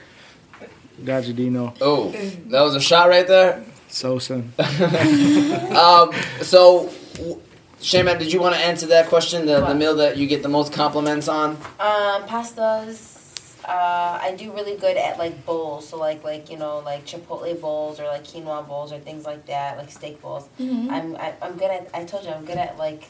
[SPEAKER 5] Got you, Dino.
[SPEAKER 1] Oh, that was a shot right there.
[SPEAKER 5] Sosa.
[SPEAKER 1] Um, so w- Shaman, did you want to answer that question? The, the
[SPEAKER 4] What?
[SPEAKER 1] meal that you get the most compliments on?
[SPEAKER 4] Um, pastas. Uh, I do really good at like bowls, so like like you know like chipotle bowls or like quinoa bowls or things like that, like steak bowls.
[SPEAKER 3] Mm-hmm.
[SPEAKER 4] I'm I, I'm good at. I told you I'm good at like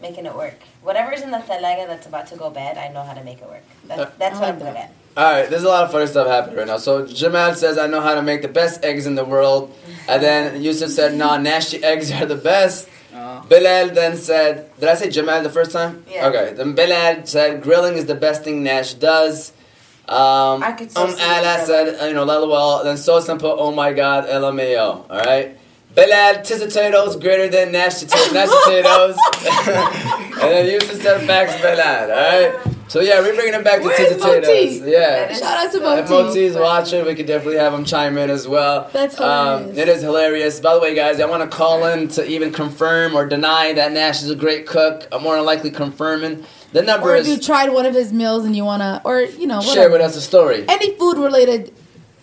[SPEAKER 4] making it work. Whatever's in the telaga that's about to go bad, I know how to make it work.
[SPEAKER 1] Uh,
[SPEAKER 4] That's that's
[SPEAKER 3] I
[SPEAKER 4] what
[SPEAKER 3] like
[SPEAKER 4] I'm good at.
[SPEAKER 1] All right, there's a lot of funny stuff happening right now. So Jamal says, "I know how to make the best eggs in the world," and then Yusuf said, "No, nasty eggs are the best." Bilal then said, "Did I say Jamal the first time?"
[SPEAKER 4] Yeah.
[SPEAKER 1] Okay. Then Bilal said, "Grilling is the best thing Nash does." Um,
[SPEAKER 4] I could so
[SPEAKER 1] um
[SPEAKER 4] see
[SPEAKER 1] Ala
[SPEAKER 4] that.
[SPEAKER 1] said, uh, "You know, lol." Then so simple. Oh my God, LMAO. All right. Bilal, tis potatoes greater than Nash Tit- Nash potatoes. and then Yusuf said, "Facts, Bilal." All right. So yeah, we're bringing it back to
[SPEAKER 3] Where's
[SPEAKER 1] tis potatoes.
[SPEAKER 3] Moti?
[SPEAKER 1] Yeah.
[SPEAKER 3] Shout out to
[SPEAKER 1] If
[SPEAKER 3] Moti.
[SPEAKER 1] Moti's watching, we could definitely have him chime in as well.
[SPEAKER 3] That's
[SPEAKER 1] Um,
[SPEAKER 3] hilarious.
[SPEAKER 1] it is hilarious. By the way, guys, I want to call in to even confirm or deny that Nash is a great cook. I'm more than likely confirming. The number
[SPEAKER 3] Or if you
[SPEAKER 1] is
[SPEAKER 3] tried one of his meals and you wanna, or you know,
[SPEAKER 1] share
[SPEAKER 3] whatever.
[SPEAKER 1] with us a story.
[SPEAKER 3] Any food related.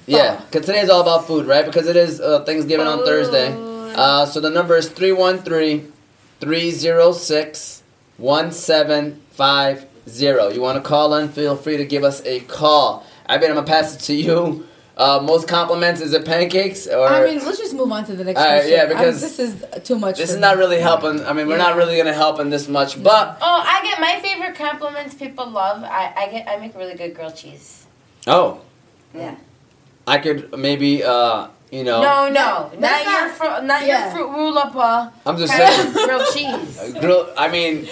[SPEAKER 1] Yeah, because today's all about food, right? Because it is uh, Thanksgiving on Thursday. Uh, so the number is 313 306 1750. You want to call in? Feel free to give us a call. I bet I'm going to pass it to you. Uh, most compliments is it pancakes or
[SPEAKER 3] I mean, let's just move on to the next.
[SPEAKER 1] All right,
[SPEAKER 3] question.
[SPEAKER 1] yeah,
[SPEAKER 3] I mean,
[SPEAKER 1] because
[SPEAKER 3] this is too much.
[SPEAKER 1] this
[SPEAKER 3] for
[SPEAKER 1] is
[SPEAKER 3] me.
[SPEAKER 1] not really helping. I mean, we're not really gonna help in this much, but
[SPEAKER 4] Oh, I get my favorite compliments people love. I, I get I make really good grilled cheese.
[SPEAKER 1] oh,
[SPEAKER 4] Yeah.
[SPEAKER 1] I could maybe uh, you know,
[SPEAKER 4] No, no, not,
[SPEAKER 3] That's
[SPEAKER 4] your
[SPEAKER 3] not-
[SPEAKER 4] fru- not
[SPEAKER 3] yeah.
[SPEAKER 4] your fruit roulapa
[SPEAKER 1] I'm just
[SPEAKER 4] kind of
[SPEAKER 1] saying,
[SPEAKER 4] grilled cheese.
[SPEAKER 1] grill. I mean,
[SPEAKER 3] Do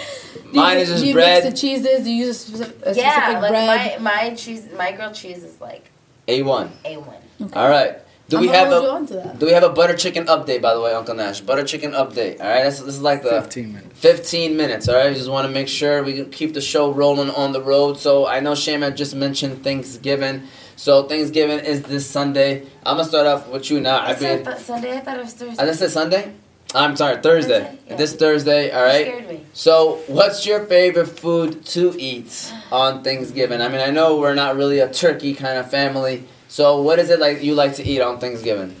[SPEAKER 3] you-
[SPEAKER 1] mine is
[SPEAKER 3] do
[SPEAKER 1] just
[SPEAKER 3] you
[SPEAKER 1] bread.
[SPEAKER 3] Mix the cheeses. Do you use a specific, a
[SPEAKER 4] Yeah,
[SPEAKER 3] specific
[SPEAKER 4] like
[SPEAKER 3] bread?
[SPEAKER 4] my my cheese, my grilled cheese is like
[SPEAKER 1] A one.
[SPEAKER 4] a one.
[SPEAKER 1] All right. Do we
[SPEAKER 3] I'm gonna
[SPEAKER 1] have
[SPEAKER 3] hold you
[SPEAKER 1] a
[SPEAKER 3] on to that.
[SPEAKER 1] Do we have a butter chicken update? By the way, Uncle Nash, butter chicken update. All right, this, this is like the
[SPEAKER 5] 15 minutes.
[SPEAKER 1] 15 minutes, all right? Just want to make sure we can keep the show rolling on the road. So I know Shaman just mentioned Thanksgiving. So Thanksgiving is this Sunday. I'm going to start off with you now.
[SPEAKER 4] I
[SPEAKER 1] I've
[SPEAKER 4] said
[SPEAKER 1] been.
[SPEAKER 4] th- Sunday. I thought it was Thursday.
[SPEAKER 1] I just said Sunday? I'm sorry, Thursday.
[SPEAKER 4] Thursday? Yeah.
[SPEAKER 1] This Thursday, all
[SPEAKER 4] You
[SPEAKER 1] right?
[SPEAKER 4] scared me.
[SPEAKER 1] So, what's your favorite food to eat on Thanksgiving? I mean, I know we're not really a turkey kind of family. So, what is it like you like to eat on Thanksgiving?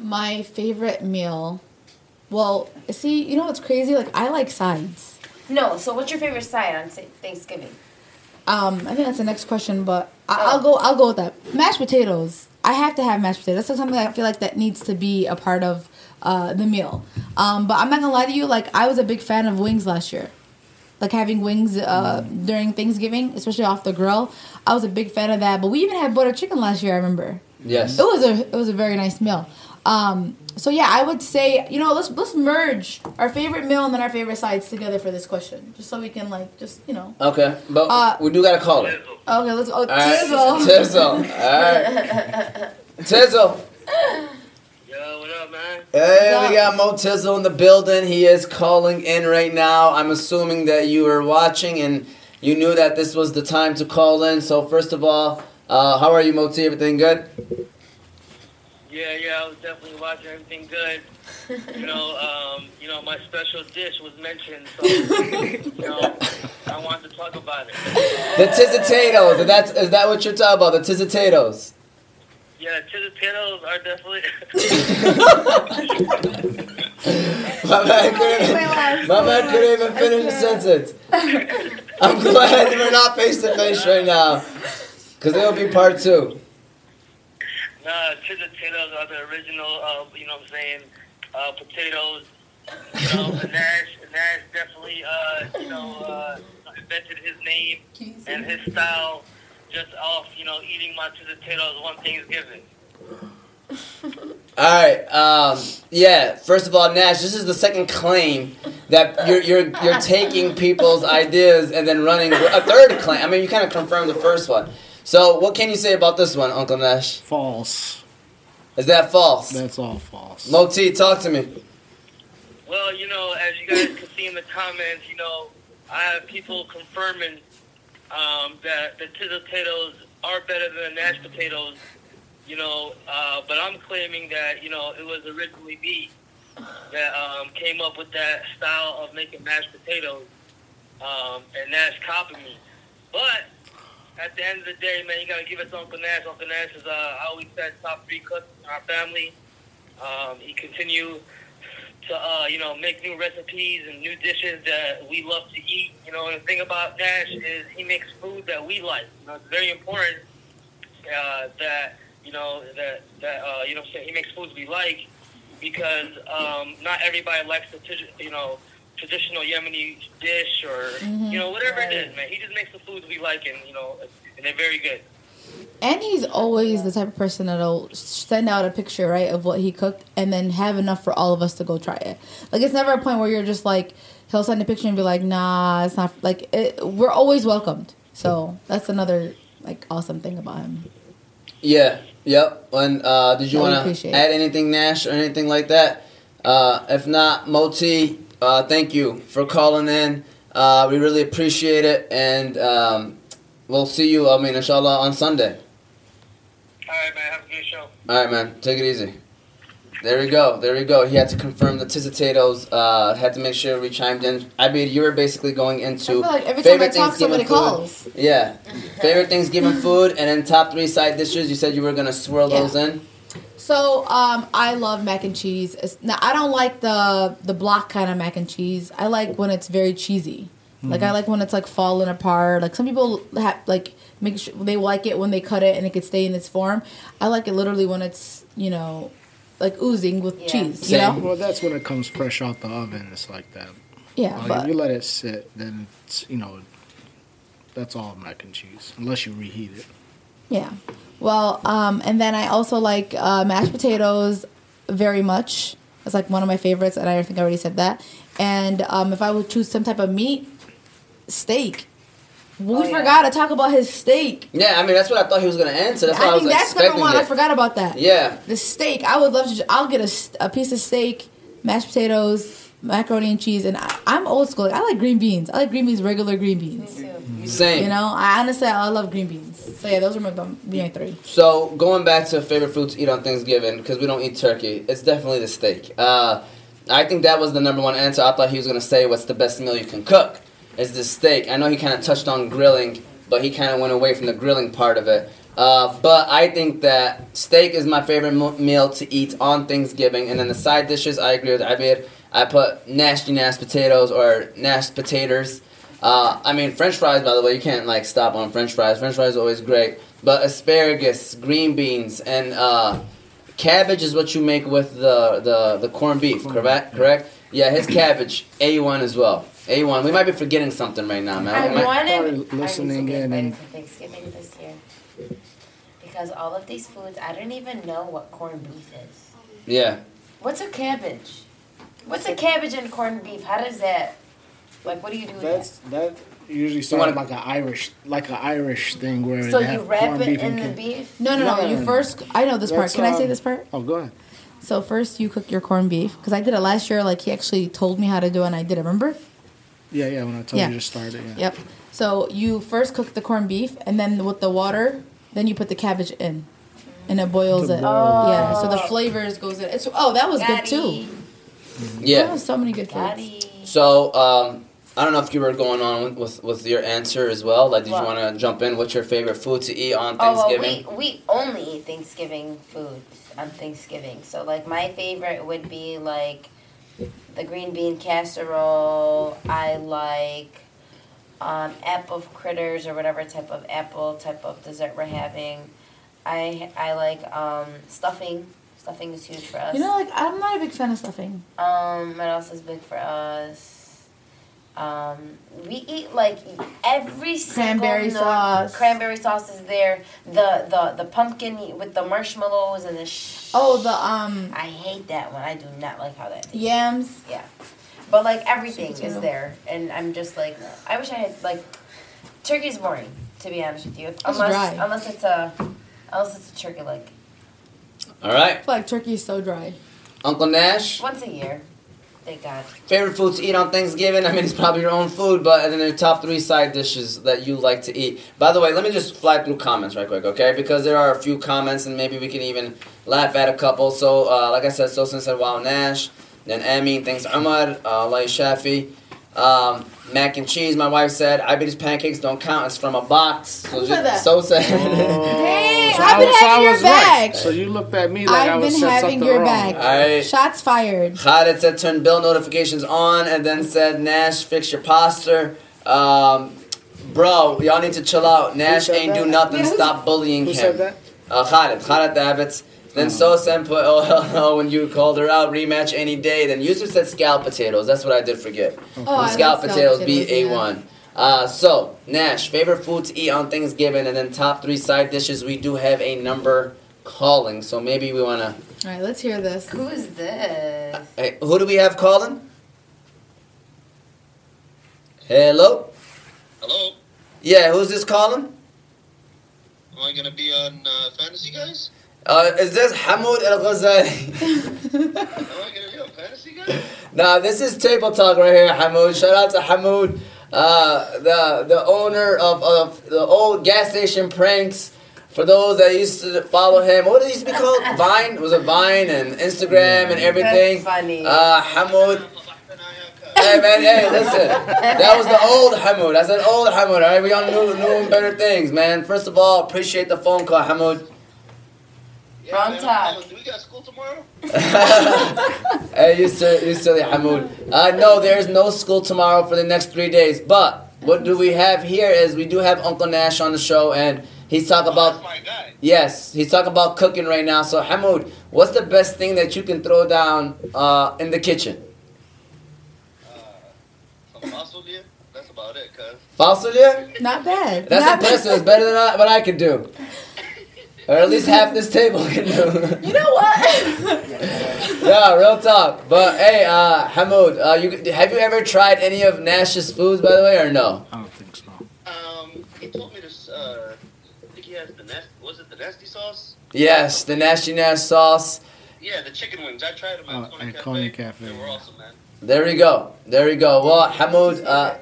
[SPEAKER 3] My favorite meal. Well, see, you know what's crazy? Like I like sides.
[SPEAKER 4] No. So, what's your favorite side on Sa- Thanksgiving?
[SPEAKER 3] Um, I think that's the next question, but I,
[SPEAKER 4] Oh.
[SPEAKER 3] I'll go. I'll go with that. Mashed potatoes. I have to have mashed potatoes. That's something I feel like that needs to be a part of uh, the meal. Um, but I'm not gonna lie to you. Like I was a big fan of wings last year. Like having wings uh, during Thanksgiving, especially off the grill, I was a big fan of that. But we even had butter chicken last year. I remember.
[SPEAKER 1] Yes.
[SPEAKER 3] It was a it was a very nice meal. Um, so yeah, I would say you know let's let's merge our favorite meal and then our favorite sides together for this question, just so we can like just you know.
[SPEAKER 1] Okay, but
[SPEAKER 3] Uh,
[SPEAKER 1] we do got to call it.
[SPEAKER 3] Okay, let's go.
[SPEAKER 1] All right.
[SPEAKER 3] Tizzle.
[SPEAKER 1] Tizzle. All right. Tizzle.
[SPEAKER 6] Yo, what up, man?
[SPEAKER 1] Hey, we got Mo Tizzle in the building. He is calling in right now. I'm assuming that you were watching and you knew that this was the time to call in. So first of all, uh, how are you, Mo T? Everything good?
[SPEAKER 6] Yeah, yeah, I was definitely watching everything good. You know, um, you know, my special dish was mentioned, so you know, I wanted to talk about it.
[SPEAKER 1] The Tizzitatoes. That's is that what you're talking about? The Tizzitatoes.
[SPEAKER 6] Yeah, potatoes are definitely.
[SPEAKER 1] My man couldn't even, my man couldn't even finish the sentence. I'm glad we're not face to face right now, because it'll be part two.
[SPEAKER 6] nah, potatoes are the original. Uh, you know, what I'm saying uh, potatoes. You know, Nash, Nash definitely, uh, you know, uh, invented his name and his style just off, you know, eating my potatoes one Thanksgiving.
[SPEAKER 1] All right. Um, yeah. First of all, Nash, this is the second claim that you're you're you're taking people's ideas and then running a third claim. I mean, you kind of confirmed the first one. So, what can you say about this one, Uncle Nash?
[SPEAKER 5] False.
[SPEAKER 1] Is that false?
[SPEAKER 5] That's all false.
[SPEAKER 1] Moti, talk to me.
[SPEAKER 6] Well, you know, as you guys can see in the comments, you know, I have people confirming um, that the tizzle potatoes are better than the mashed potatoes, you know, uh, but I'm claiming that, you know, it was originally me that um, came up with that style of making mashed potatoes, um, and Nash copied me. But at the end of the day, man, you got to give it to Uncle Nash. Uncle Nash is, uh, I always said, top three cook in our family. Um, he continue to uh, you know make new recipes and new dishes that we love to eat. You know, and the thing about Dash is he makes food that we like. You know, it's very important uh, that you know that that uh, you know what I'm saying, he makes foods we like because um, not everybody likes the tradi- you know traditional Yemeni dish or you know whatever it is, man. He just makes the foods we like and you know and they're very good.
[SPEAKER 3] And he's always the type of person that'll send out a picture, right, of what he cooked and then have enough for all of us to go try it. Like, it's never a point where you're just like, he'll send a picture and be like, nah, it's not. Like, it, we're always welcomed. So that's another, like, awesome thing about him.
[SPEAKER 1] Yeah. Yep. And uh, did you
[SPEAKER 3] I would
[SPEAKER 1] want to
[SPEAKER 3] appreciate
[SPEAKER 1] add
[SPEAKER 3] it.
[SPEAKER 1] anything, Nash, or anything like that? Uh, if not, Moti, uh, thank you for calling in. Uh, we really appreciate it, and um, we'll see you. I mean, inshallah, on Sunday.
[SPEAKER 6] All right, man. Have a good show.
[SPEAKER 1] All right, man. Take it easy. There we go. There we go. He had to confirm the Tizitatoes. Uh, had to make sure we chimed in. I mean, you were basically going
[SPEAKER 3] I
[SPEAKER 1] into
[SPEAKER 3] feel like every time I
[SPEAKER 1] favorite
[SPEAKER 3] talk, somebody
[SPEAKER 1] Thanksgiving food.
[SPEAKER 3] calls.
[SPEAKER 1] yeah, favorite Thanksgiving food, and then top three side dishes. You said you were gonna swirl
[SPEAKER 3] Yeah.
[SPEAKER 1] those in.
[SPEAKER 3] So um, I love mac and cheese. It's, now I don't like the the block kind of mac and cheese. I like when it's very cheesy. Like I like when it's like falling apart. Like some people have like make sure they like it when they cut it and it could stay in its form. I like it literally when it's you know like oozing with
[SPEAKER 4] Yeah.
[SPEAKER 3] cheese. You
[SPEAKER 1] Same.
[SPEAKER 3] know?
[SPEAKER 5] Well, that's when it comes fresh out the oven. It's like that.
[SPEAKER 3] Yeah,
[SPEAKER 5] Like, if
[SPEAKER 3] but
[SPEAKER 5] Oh, you let it sit, then it's you know, that's all mac and cheese unless you reheat it.
[SPEAKER 3] Yeah. Well, um, and then I also like uh, mashed potatoes very much. It's like one of my favorites, and I think I already said that. And um, if I would choose some type of meat, steak. We
[SPEAKER 1] Oh,
[SPEAKER 4] yeah.
[SPEAKER 3] forgot to talk about his steak.
[SPEAKER 1] Yeah, I mean that's what I thought he was gonna answer. That's what I,
[SPEAKER 3] I
[SPEAKER 1] was
[SPEAKER 3] think that's
[SPEAKER 1] expecting.
[SPEAKER 3] number one.
[SPEAKER 1] it.
[SPEAKER 3] I forgot about that.
[SPEAKER 1] Yeah,
[SPEAKER 3] The steak. I would love to. ju- I'll get a, s- a piece of steak, mashed potatoes, macaroni and cheese, and I, I'm old school. Like, I like green beans. I like green beans, regular green beans.
[SPEAKER 1] same.
[SPEAKER 3] You know, I honestly I love green beans. So yeah, those are my, my three.
[SPEAKER 1] So going back to favorite food to eat on Thanksgiving because we don't eat turkey, it's definitely the steak. Uh, I think that was the number one answer. I thought he was gonna say what's the best meal you can cook is the steak. I know he kind of touched on grilling, but he kind of went away from the grilling part of it. Uh, but I think that steak is my favorite mo- meal to eat on Thanksgiving, and then the side dishes. I agree with Abir. I put nasty nasty potatoes or nasty potatoes. Uh, I mean, French fries. By the way, you can't like stop on French fries. French fries are always great. But asparagus, green beans, and uh, cabbage is what you make with the the, the corned beef. Correct? Correct? Yeah, his cabbage. A one as well. A one. We might be forgetting something right now, man. We
[SPEAKER 4] I
[SPEAKER 1] might-
[SPEAKER 4] wanted
[SPEAKER 5] Probably listening
[SPEAKER 4] I need to
[SPEAKER 5] in
[SPEAKER 4] get
[SPEAKER 5] and-
[SPEAKER 4] invited to Thanksgiving this year because all of these foods I don't even know what corned beef is.
[SPEAKER 1] yeah.
[SPEAKER 4] What's a cabbage? What's a cabbage and corned beef? How does that? Like, what do you do with
[SPEAKER 5] That's that usually
[SPEAKER 1] wanna-
[SPEAKER 5] started like an Irish like an Irish thing where
[SPEAKER 4] that? So
[SPEAKER 5] they
[SPEAKER 4] you
[SPEAKER 5] have
[SPEAKER 4] wrap
[SPEAKER 5] corned
[SPEAKER 4] it
[SPEAKER 5] beef
[SPEAKER 4] in
[SPEAKER 5] and
[SPEAKER 4] the
[SPEAKER 5] ca-
[SPEAKER 4] beef.
[SPEAKER 3] No, no, no.
[SPEAKER 5] No, no,
[SPEAKER 3] You
[SPEAKER 5] no.
[SPEAKER 3] first. I know this part.
[SPEAKER 5] That's,
[SPEAKER 3] Can I say
[SPEAKER 5] um,
[SPEAKER 3] this part?
[SPEAKER 5] Oh, go ahead.
[SPEAKER 3] So first, you cook your corned beef because I did it last year. Like he actually told me how to do, it and I did. it, Remember?
[SPEAKER 5] Yeah, yeah. When I told
[SPEAKER 3] Yeah.
[SPEAKER 5] you to start it. Yeah.
[SPEAKER 3] Yep. So you first cook the corned beef, and then with the water, then you put the cabbage in, and it boils
[SPEAKER 5] To
[SPEAKER 3] it.
[SPEAKER 5] boil.
[SPEAKER 3] Yeah. So the flavors goes in. It's oh, that was good too. There
[SPEAKER 1] Yeah.
[SPEAKER 3] was so many good foods.
[SPEAKER 4] Daddy.
[SPEAKER 1] So um, I don't know if you were going on with with your answer as well. Like, did you
[SPEAKER 4] What?
[SPEAKER 1] want to jump in? What's your favorite food to eat on
[SPEAKER 4] Oh, well,
[SPEAKER 1] Thanksgiving?
[SPEAKER 4] we, we only eat Thanksgiving foods on Thanksgiving. So, like, my favorite would be, like, the green bean casserole. I like um, apple critters or whatever type of apple type of dessert we're having. I, I like um, stuffing. Stuffing is huge for us.
[SPEAKER 3] You know, like I'm not a big fan of stuffing.
[SPEAKER 4] Um, what else is big for us? Um, we eat like every single
[SPEAKER 3] Cranberry
[SPEAKER 4] nut-
[SPEAKER 3] sauce.
[SPEAKER 4] Cranberry sauce is there. The the the pumpkin with the marshmallows and the. Sh-
[SPEAKER 3] Oh, the um
[SPEAKER 4] I hate that one. I do not like how that tastes.
[SPEAKER 3] yams.
[SPEAKER 4] But like everything
[SPEAKER 3] Sweet potato.
[SPEAKER 4] is there, and I'm just like, I wish I had like, turkey's boring to be honest with you. unless
[SPEAKER 3] dry.
[SPEAKER 4] unless it's a, unless it's a turkey like
[SPEAKER 1] All right,
[SPEAKER 3] I feel like turkey is so dry.
[SPEAKER 1] Uncle Nash.
[SPEAKER 4] once a year. Thank God.
[SPEAKER 1] Favorite food to eat on Thanksgiving? I mean, it's probably your own food, but and then your top three side dishes that you like to eat. By the way, let me just fly through comments right quick, okay? Because there are a few comments, and maybe we can even laugh at a couple. So, uh, like I said, Sosin said, "Wow, Nash." Then Amin, thanks Umar, uh, Lai Shafi, um, mac and cheese. My wife said, "I bet these pancakes don't count. It's from a box." So
[SPEAKER 3] Who said that?
[SPEAKER 1] So said.
[SPEAKER 5] Oh.
[SPEAKER 3] I've been having your back.
[SPEAKER 5] So you looked at me like i
[SPEAKER 3] I've
[SPEAKER 5] was
[SPEAKER 3] been
[SPEAKER 5] said
[SPEAKER 3] having
[SPEAKER 5] something
[SPEAKER 3] your
[SPEAKER 5] wrong.
[SPEAKER 3] back.
[SPEAKER 1] Alright.
[SPEAKER 3] Shots fired.
[SPEAKER 1] Khaled said turn bell notifications on and then said Nash fix your posture. Um, bro, y'all need to chill out. Nash
[SPEAKER 5] said
[SPEAKER 1] ain't do
[SPEAKER 5] that?
[SPEAKER 1] nothing.
[SPEAKER 5] Yeah, who-
[SPEAKER 1] Stop bullying
[SPEAKER 5] Who
[SPEAKER 1] him.
[SPEAKER 5] said that?
[SPEAKER 1] Uh, Khaled, Khaled Abbots. Then so Sosa put oh hell no when you called her out rematch any day. Then Yusuf said scallop potatoes. That's what I did forget.
[SPEAKER 3] Oh, I
[SPEAKER 1] scallop
[SPEAKER 3] love scallop
[SPEAKER 1] potatoes beat a
[SPEAKER 3] potatoes, yeah.
[SPEAKER 1] one. Uh, so Nash favorite food to eat on Thanksgiving and then top three side dishes. We do have a number calling, so maybe we wanna.
[SPEAKER 3] All right, let's hear this.
[SPEAKER 2] Who's this?
[SPEAKER 1] Hey, who do we have calling? Hello.
[SPEAKER 6] Hello?
[SPEAKER 1] Yeah, who's this calling?
[SPEAKER 6] Am I going to be on uh, Fantasy Guys?
[SPEAKER 1] Uh, is this Hamoud El Ghazali?
[SPEAKER 6] Am I going to be on Fantasy Guys?
[SPEAKER 1] Nah, this is table talk right here, Hamoud. Shout out to Hamoud, uh, the the owner of, of the old gas station pranks. For those that used to follow him, what did he used to be called? Vine? It was a Vine and Instagram and everything.
[SPEAKER 2] That's funny.
[SPEAKER 1] Uh, Hamoud. Hey man, hey, listen. That was the old Hamoud. That's an old Hamoud. All right, we all knew knew him better things, man. First of all, appreciate the phone call, Hamoud.
[SPEAKER 6] Yeah,
[SPEAKER 2] Wrong
[SPEAKER 6] man,
[SPEAKER 2] talk.
[SPEAKER 6] I'm calling. Do we got school tomorrow?
[SPEAKER 1] Hey, you silly, you silly Hamoud. Uh, no, there is no school tomorrow for the next three days. But what do we have here is we do have Uncle Nash on the show, and he's talking
[SPEAKER 6] That's
[SPEAKER 1] about
[SPEAKER 6] my guy.
[SPEAKER 1] yes, he's talking about cooking right now. So Hamoud, what's the best thing that you can throw down uh, in the kitchen?
[SPEAKER 6] Some muscle here. Uh, That's about it, cuz.
[SPEAKER 1] Fauselia?
[SPEAKER 3] Not bad.
[SPEAKER 1] That's
[SPEAKER 3] Not
[SPEAKER 1] impressive. It's better than I, what I could do, or at least half this table can do.
[SPEAKER 3] You know what?
[SPEAKER 1] Yeah, real talk. But hey, uh, Hamoud, uh, you, have you ever tried any of Nash's foods, by the way, or no?
[SPEAKER 5] I don't think so.
[SPEAKER 6] Um, he told me this, uh, I think he has the nest. Was it the nasty sauce?
[SPEAKER 1] Yes, the Nashy Nash sauce.
[SPEAKER 6] Yeah, the chicken wings. I tried them at
[SPEAKER 5] Oh,
[SPEAKER 6] Coney
[SPEAKER 5] at
[SPEAKER 6] Cafe.
[SPEAKER 5] Coney Cafe,
[SPEAKER 6] They were
[SPEAKER 5] yeah.
[SPEAKER 6] awesome, man.
[SPEAKER 1] There we go. There we go. Well, Hamoud, uh,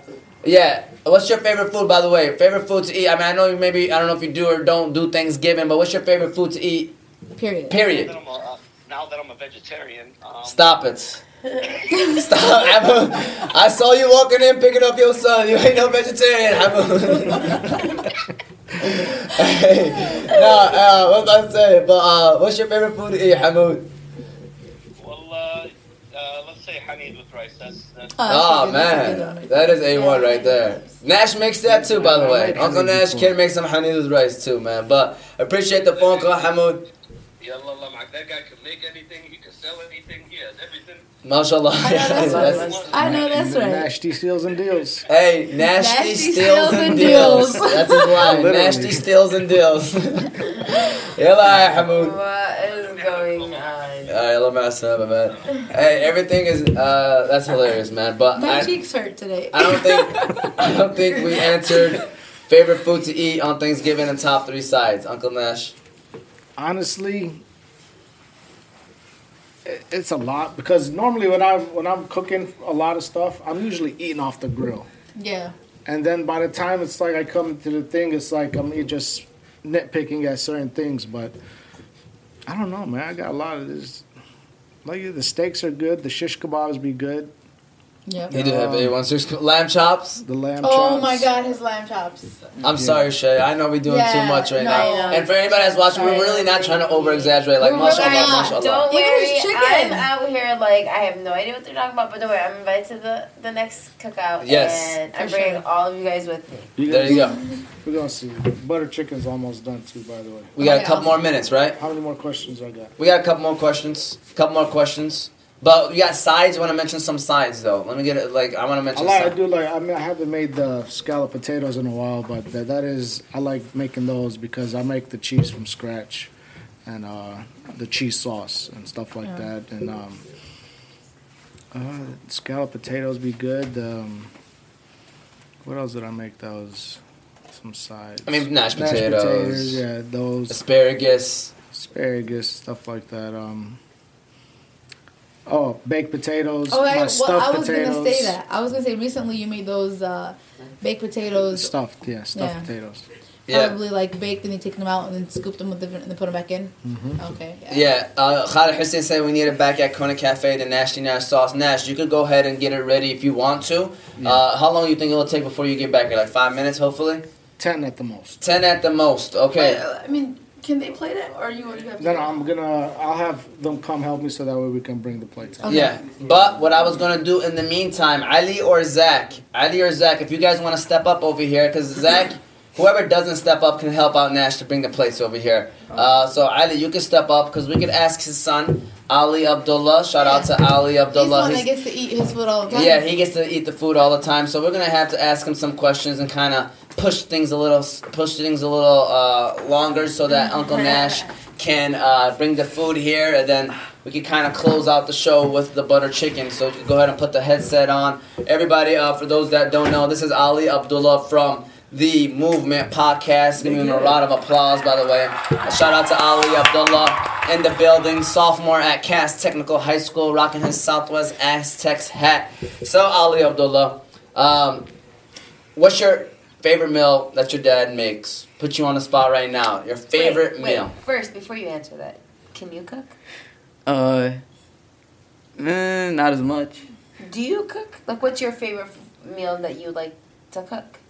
[SPEAKER 1] yeah. What's your favorite food, by the way? Favorite food to eat? I mean, I know you maybe I don't know if you do or don't do Thanksgiving, but what's your favorite food to eat?
[SPEAKER 3] Period.
[SPEAKER 6] Now
[SPEAKER 1] Period.
[SPEAKER 6] that I'm a, uh, now that I'm a vegetarian, um,
[SPEAKER 1] Stop it. Stop, Hamoud. I saw you walking in picking up your son. You ain't no vegetarian, Hamoud. hey, no, uh, what was I saying? But uh, what's your favorite food to eat, Hamoud?
[SPEAKER 6] well, uh, uh, let's say honey with rice. That's, that's
[SPEAKER 1] Oh,
[SPEAKER 3] that's a good one.
[SPEAKER 1] man, that is A1 right there. Nash makes that too, by the
[SPEAKER 5] I
[SPEAKER 1] way.
[SPEAKER 5] like
[SPEAKER 1] Uncle
[SPEAKER 5] honey
[SPEAKER 1] Nash
[SPEAKER 5] before.
[SPEAKER 1] can make some honey with rice too, man. But appreciate the phone call, Hamoud.
[SPEAKER 6] yeah, la, la, la. that guy can make anything. He can sell anything. He has everything.
[SPEAKER 1] Mashallah.
[SPEAKER 3] I know that's
[SPEAKER 1] That's-
[SPEAKER 3] right. I know that's right.
[SPEAKER 5] Nasty steals and deals.
[SPEAKER 1] Hey, Nasty,
[SPEAKER 3] Nasty
[SPEAKER 1] steals,
[SPEAKER 3] steals
[SPEAKER 1] and
[SPEAKER 3] and
[SPEAKER 1] deals.
[SPEAKER 3] deals.
[SPEAKER 1] That's his line.
[SPEAKER 5] Literally.
[SPEAKER 1] Nasty steals and deals. Yalla, Hamoud.
[SPEAKER 2] What is going on?
[SPEAKER 1] Alright, let me ask another man. Hey, everything is uh, that's hilarious, man. But
[SPEAKER 3] My
[SPEAKER 1] I,
[SPEAKER 3] cheeks hurt today.
[SPEAKER 1] I don't think I don't think we answered favorite food to eat on Thanksgiving and top three sides. Uncle Nash.
[SPEAKER 5] honestly it- it's a lot because normally when I when I'm cooking a lot of stuff, I'm usually eating off the grill.
[SPEAKER 3] Yeah.
[SPEAKER 5] And then by the time it's like I come to the thing, it's like I'm just nitpicking at certain things. But I don't know, man. I got a lot of this. Like the steaks are good. The shish kebabs be good.
[SPEAKER 3] Yep.
[SPEAKER 1] He did have a one six lamb chops.
[SPEAKER 5] The lamb chops.
[SPEAKER 3] Oh my god, his lamb chops.
[SPEAKER 1] I'm sorry, Shay. I know we're doing too
[SPEAKER 3] Yeah,
[SPEAKER 1] much right
[SPEAKER 3] no.
[SPEAKER 1] now. And for anybody that's watching, we're
[SPEAKER 2] Sorry.
[SPEAKER 1] really not trying to over exaggerate. Like,
[SPEAKER 3] We're
[SPEAKER 1] mashallah,
[SPEAKER 3] really not.
[SPEAKER 1] mashallah.
[SPEAKER 2] Don't
[SPEAKER 3] Even
[SPEAKER 2] worry,
[SPEAKER 3] his
[SPEAKER 2] I'm
[SPEAKER 3] chicken.
[SPEAKER 2] out here like I have no idea what they're talking about. But don't worry, I'm invited to the the next cookout.
[SPEAKER 1] Yes.
[SPEAKER 2] and I'm
[SPEAKER 3] For
[SPEAKER 2] bringing
[SPEAKER 3] sure.
[SPEAKER 2] all of you guys with me.
[SPEAKER 5] You
[SPEAKER 1] There you go.
[SPEAKER 5] We're gonna see. Butter chicken's almost done too. By the way,
[SPEAKER 1] We got a
[SPEAKER 3] Okay,
[SPEAKER 1] couple more minutes, right?
[SPEAKER 5] how many more questions I got?
[SPEAKER 1] We got a couple more questions. Couple more questions. But we got sides. You want to mention some sides, though? Let me get it. Like, I want to
[SPEAKER 5] I
[SPEAKER 1] mention.
[SPEAKER 5] like. I
[SPEAKER 1] some-
[SPEAKER 5] do like. I mean, I haven't made the scallop potatoes in a while, but that, that is. I like making those because I make the cheese from scratch, and uh, the cheese sauce and stuff like that. And um, uh, scallop potatoes be good. Um, what else did I make? That was some sides.
[SPEAKER 1] I mean, mashed
[SPEAKER 5] Mashed
[SPEAKER 1] potatoes,
[SPEAKER 5] yeah, those
[SPEAKER 1] asparagus.
[SPEAKER 5] asparagus, stuff like that. Um, oh, baked potatoes.
[SPEAKER 3] Oh,
[SPEAKER 5] my
[SPEAKER 3] I,
[SPEAKER 5] stuffed
[SPEAKER 3] well, I was
[SPEAKER 5] potatoes.
[SPEAKER 3] gonna say that. I was gonna say recently you made those uh, baked potatoes,
[SPEAKER 5] Stuffed, yeah, stuffed
[SPEAKER 3] Yeah.
[SPEAKER 5] potatoes.
[SPEAKER 1] Yeah.
[SPEAKER 3] probably like baked, and you taken them out and then scooped them with different, and then put them back in.
[SPEAKER 5] Mm-hmm.
[SPEAKER 3] Okay.
[SPEAKER 1] Yeah, uh, Khalid Hussein said we need it back at Kona Cafe, the Nasty Nash sauce. Nash, you could go ahead and get it ready if you want to. Uh, how long you think it'll take before you get back here? Like five minutes, hopefully?
[SPEAKER 5] Ten at the most.
[SPEAKER 1] Ten at the most, okay.
[SPEAKER 3] But, uh, I mean,
[SPEAKER 7] Can they play that, or you you have? to
[SPEAKER 5] No, no, I'm gonna. I'll have them come help me so that way we can bring the plates. out.
[SPEAKER 3] Okay.
[SPEAKER 1] Yeah, but what I was gonna do in the meantime, Ali or Zach, Ali or Zach, if you guys want to step up over here, because Zach, whoever doesn't step up can help out Nash to bring the plates over here. Uh, so Ali, you can step up because we could ask his son, Ali Abdullah. Shout out to Ali
[SPEAKER 3] He's the
[SPEAKER 1] Abdullah.
[SPEAKER 3] one
[SPEAKER 1] He's-
[SPEAKER 3] that gets to eat his food all the time.
[SPEAKER 1] yeah, he gets to eat the food all the time, so we're gonna have to ask him some questions and kind of push things a little, push things a little uh, longer, so that Uncle Nash can uh, bring the food here, and then we can kind of close out the show with the butter chicken. So you can go ahead and put the headset on, everybody. Uh, for those that don't know, this is Ali Abdullah from the Movement Podcast. Give him a lot of applause, by the way. A shout out to Ali Abdullah in the building, sophomore at Cass Technical High School, rocking his Southwest Aztecs hat. So, Ali Abdullah, um, what's your favorite meal that your dad makes? Put you on the spot right now. Your favorite
[SPEAKER 4] Wait, wait.
[SPEAKER 1] meal.
[SPEAKER 4] First, before you answer that, can you cook?
[SPEAKER 8] Uh, eh, not as much.
[SPEAKER 4] Do you cook? Like, what's your favorite f- meal that you like to cook?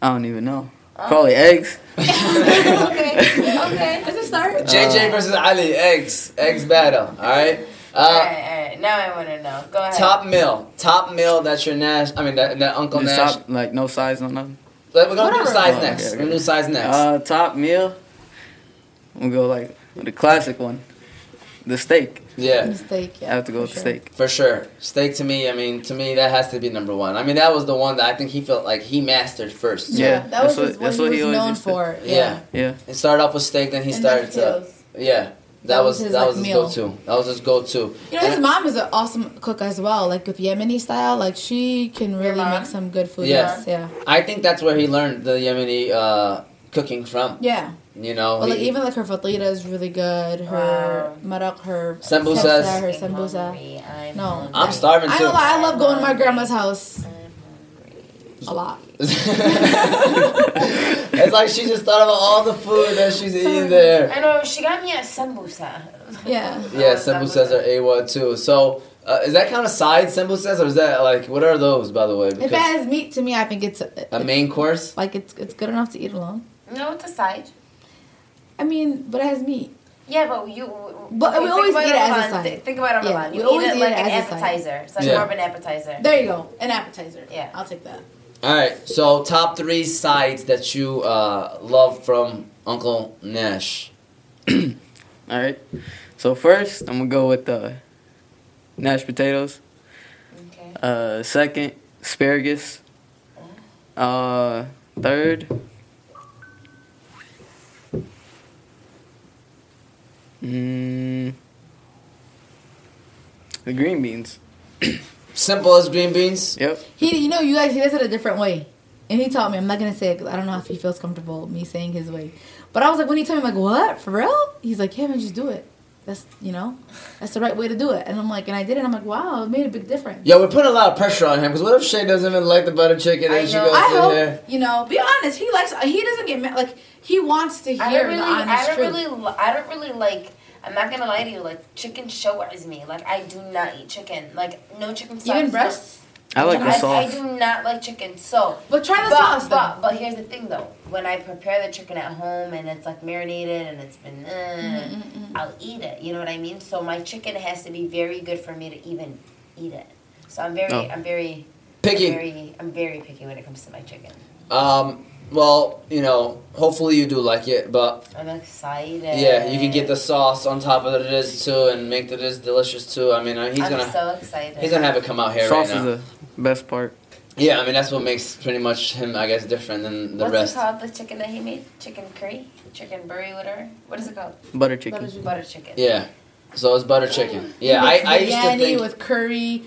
[SPEAKER 8] I don't even know.
[SPEAKER 4] Oh.
[SPEAKER 8] Probably eggs.
[SPEAKER 4] okay, okay.
[SPEAKER 7] Does it start?
[SPEAKER 8] uh,
[SPEAKER 1] JJ versus Ali, eggs, eggs battle. All right.
[SPEAKER 4] all
[SPEAKER 1] Uh,
[SPEAKER 4] right, all right. Now I want to know. Go ahead.
[SPEAKER 1] top meal, top meal that your Nash. I mean that, that Uncle
[SPEAKER 8] Just
[SPEAKER 1] Nash.
[SPEAKER 8] top, like no size, no nothing.
[SPEAKER 1] Like, We're gonna do
[SPEAKER 3] Whatever.
[SPEAKER 1] size
[SPEAKER 8] Oh,
[SPEAKER 1] next.
[SPEAKER 8] okay, okay.
[SPEAKER 1] We're gonna do size next.
[SPEAKER 8] Uh, top meal. We'll go like with the classic one, the steak.
[SPEAKER 1] yeah.
[SPEAKER 3] Mistake.
[SPEAKER 8] I
[SPEAKER 3] Yeah,
[SPEAKER 8] have to go
[SPEAKER 3] for
[SPEAKER 8] with the
[SPEAKER 3] sure.
[SPEAKER 8] steak.
[SPEAKER 1] For sure. Steak to me, I mean, to me, that has to be number one. I mean, that was the one that I think he felt like he mastered first.
[SPEAKER 8] Yeah,
[SPEAKER 3] that
[SPEAKER 8] that's
[SPEAKER 3] was
[SPEAKER 8] what-
[SPEAKER 3] his-
[SPEAKER 8] that's
[SPEAKER 3] what
[SPEAKER 8] what
[SPEAKER 3] he
[SPEAKER 8] he
[SPEAKER 3] was
[SPEAKER 8] always
[SPEAKER 3] known for.
[SPEAKER 8] used to-
[SPEAKER 1] Yeah.
[SPEAKER 8] Yeah.
[SPEAKER 1] It started off with steak, then he
[SPEAKER 3] And
[SPEAKER 1] started to.
[SPEAKER 3] vegetables.
[SPEAKER 1] Yeah. That,
[SPEAKER 3] That
[SPEAKER 1] was,
[SPEAKER 3] was his,
[SPEAKER 1] that
[SPEAKER 3] like,
[SPEAKER 1] was his
[SPEAKER 3] meal.
[SPEAKER 1] go-to. That was his go-to.
[SPEAKER 3] You know, his mom is an awesome cook as well. Like with Yemeni style, like she can really
[SPEAKER 4] mom?
[SPEAKER 3] make some good food.
[SPEAKER 1] Yeah.
[SPEAKER 3] Yes, yeah,
[SPEAKER 1] I think that's where he learned the Yemeni uh, cooking from.
[SPEAKER 3] yeah.
[SPEAKER 1] You know,
[SPEAKER 3] But like
[SPEAKER 1] Oh, he-
[SPEAKER 3] even like her fatita is really good. Her marak, her
[SPEAKER 1] Sambusas.
[SPEAKER 3] kebsa, her
[SPEAKER 4] I'm
[SPEAKER 3] sambusa.
[SPEAKER 4] hungry, I'm
[SPEAKER 3] No.
[SPEAKER 4] hungry.
[SPEAKER 1] I'm starving
[SPEAKER 3] I
[SPEAKER 1] too.
[SPEAKER 3] don't lie. I love going to my grandma's house a lot.
[SPEAKER 1] it's like she just thought about all the food that she's eating there.
[SPEAKER 4] I know she got me a sambusa.
[SPEAKER 3] Yeah.
[SPEAKER 1] Yeah,
[SPEAKER 9] Uh, Sambu
[SPEAKER 1] Simbu says are AWA too. So uh, is that kind of side Simbu says, or is that like what are those by the way?
[SPEAKER 3] If it has meat to me, I think it's
[SPEAKER 1] a main course.
[SPEAKER 3] like it's it's good enough to eat alone.
[SPEAKER 4] No, it's a side.
[SPEAKER 3] I mean, but it has meat.
[SPEAKER 4] Yeah, but you.
[SPEAKER 3] But
[SPEAKER 4] okay,
[SPEAKER 3] we
[SPEAKER 4] think
[SPEAKER 3] always
[SPEAKER 4] about
[SPEAKER 3] eat it as a
[SPEAKER 4] Ramadan.
[SPEAKER 3] side.
[SPEAKER 4] Th- Think about
[SPEAKER 3] Yeah,
[SPEAKER 4] Ramadan.
[SPEAKER 3] we
[SPEAKER 4] You
[SPEAKER 3] always
[SPEAKER 4] eat it
[SPEAKER 3] eat
[SPEAKER 4] like
[SPEAKER 3] it
[SPEAKER 4] an
[SPEAKER 3] as a side.
[SPEAKER 4] appetizer. It's like
[SPEAKER 1] Yeah.
[SPEAKER 4] more of an appetizer.
[SPEAKER 3] There you go, an appetizer.
[SPEAKER 4] Yeah.
[SPEAKER 3] I'll take that.
[SPEAKER 1] All right. So top three sides that you uh, love from Uncle Nash.
[SPEAKER 8] All right. So first, I'm gonna go with the mashed potatoes.
[SPEAKER 4] Okay.
[SPEAKER 8] Uh, second, asparagus. Uh, third. Mm, the green beans.
[SPEAKER 1] Simple as green beans.
[SPEAKER 8] Yep.
[SPEAKER 3] He, you know, you guys, he does it a different way. And he taught me, I'm not going to say it because I don't know if he feels comfortable me saying his way. But I was like, when he told me, I'm like, what? For real? He's like, yeah, man, just do it. That's, you know, that's the right way to do it. And I'm like, and I did it. I'm like, wow, it made a big difference.
[SPEAKER 1] Yo, we're putting a lot of pressure on him because what if Shay doesn't even like the butter chicken
[SPEAKER 4] I
[SPEAKER 1] and she
[SPEAKER 4] know.
[SPEAKER 1] goes
[SPEAKER 3] I
[SPEAKER 1] in
[SPEAKER 3] hope,
[SPEAKER 1] there?
[SPEAKER 3] you know, be honest. He likes, he doesn't get mad. Like, he wants to
[SPEAKER 4] I don't
[SPEAKER 3] hear
[SPEAKER 4] really,
[SPEAKER 3] the
[SPEAKER 4] I
[SPEAKER 3] honest
[SPEAKER 4] don't
[SPEAKER 3] truth.
[SPEAKER 4] really, li- I don't really like. I'm not gonna lie to you. Like chicken showers me. Like I do not eat chicken. Like no chicken sauce.
[SPEAKER 3] Even breasts?
[SPEAKER 8] I like the
[SPEAKER 4] I, I
[SPEAKER 8] sauce.
[SPEAKER 4] do not like chicken. So,
[SPEAKER 3] But try the
[SPEAKER 4] but,
[SPEAKER 3] sauce,
[SPEAKER 4] but
[SPEAKER 3] though.
[SPEAKER 4] but here's the thing though. When I prepare the chicken at home and it's like marinated and it's been, uh,
[SPEAKER 3] Mm, Mm-hmm.
[SPEAKER 4] I'll eat it. You know what I mean? So my chicken has to be very good for me to even eat it. So I'm very,
[SPEAKER 8] Oh.
[SPEAKER 4] I'm very I'm
[SPEAKER 1] Picky.
[SPEAKER 4] very, I'm very picky when it comes to my chicken.
[SPEAKER 1] Um. Well, you know, hopefully you do like it, but
[SPEAKER 4] I'm excited.
[SPEAKER 1] Yeah, you can get
[SPEAKER 4] Uh,
[SPEAKER 1] the sauce on top of the riz too, and make the riz delicious too. I mean, uh, he's
[SPEAKER 4] I'm
[SPEAKER 1] gonna
[SPEAKER 4] so excited.
[SPEAKER 1] he's gonna have it come out here
[SPEAKER 8] Sauce
[SPEAKER 1] right now.
[SPEAKER 8] is the best part.
[SPEAKER 1] yeah, I mean that's what makes pretty much him, I guess, different than the
[SPEAKER 4] What's
[SPEAKER 1] rest.
[SPEAKER 4] it called? The chicken that he made? Chicken curry? Chicken burry, whatever? What is it called?
[SPEAKER 8] Butter chicken.
[SPEAKER 4] Butter chicken.
[SPEAKER 1] Yeah, so it's butter chicken. Yeah,
[SPEAKER 3] He
[SPEAKER 1] I,
[SPEAKER 3] makes
[SPEAKER 1] I used to
[SPEAKER 3] biryani
[SPEAKER 1] think.
[SPEAKER 3] with curry,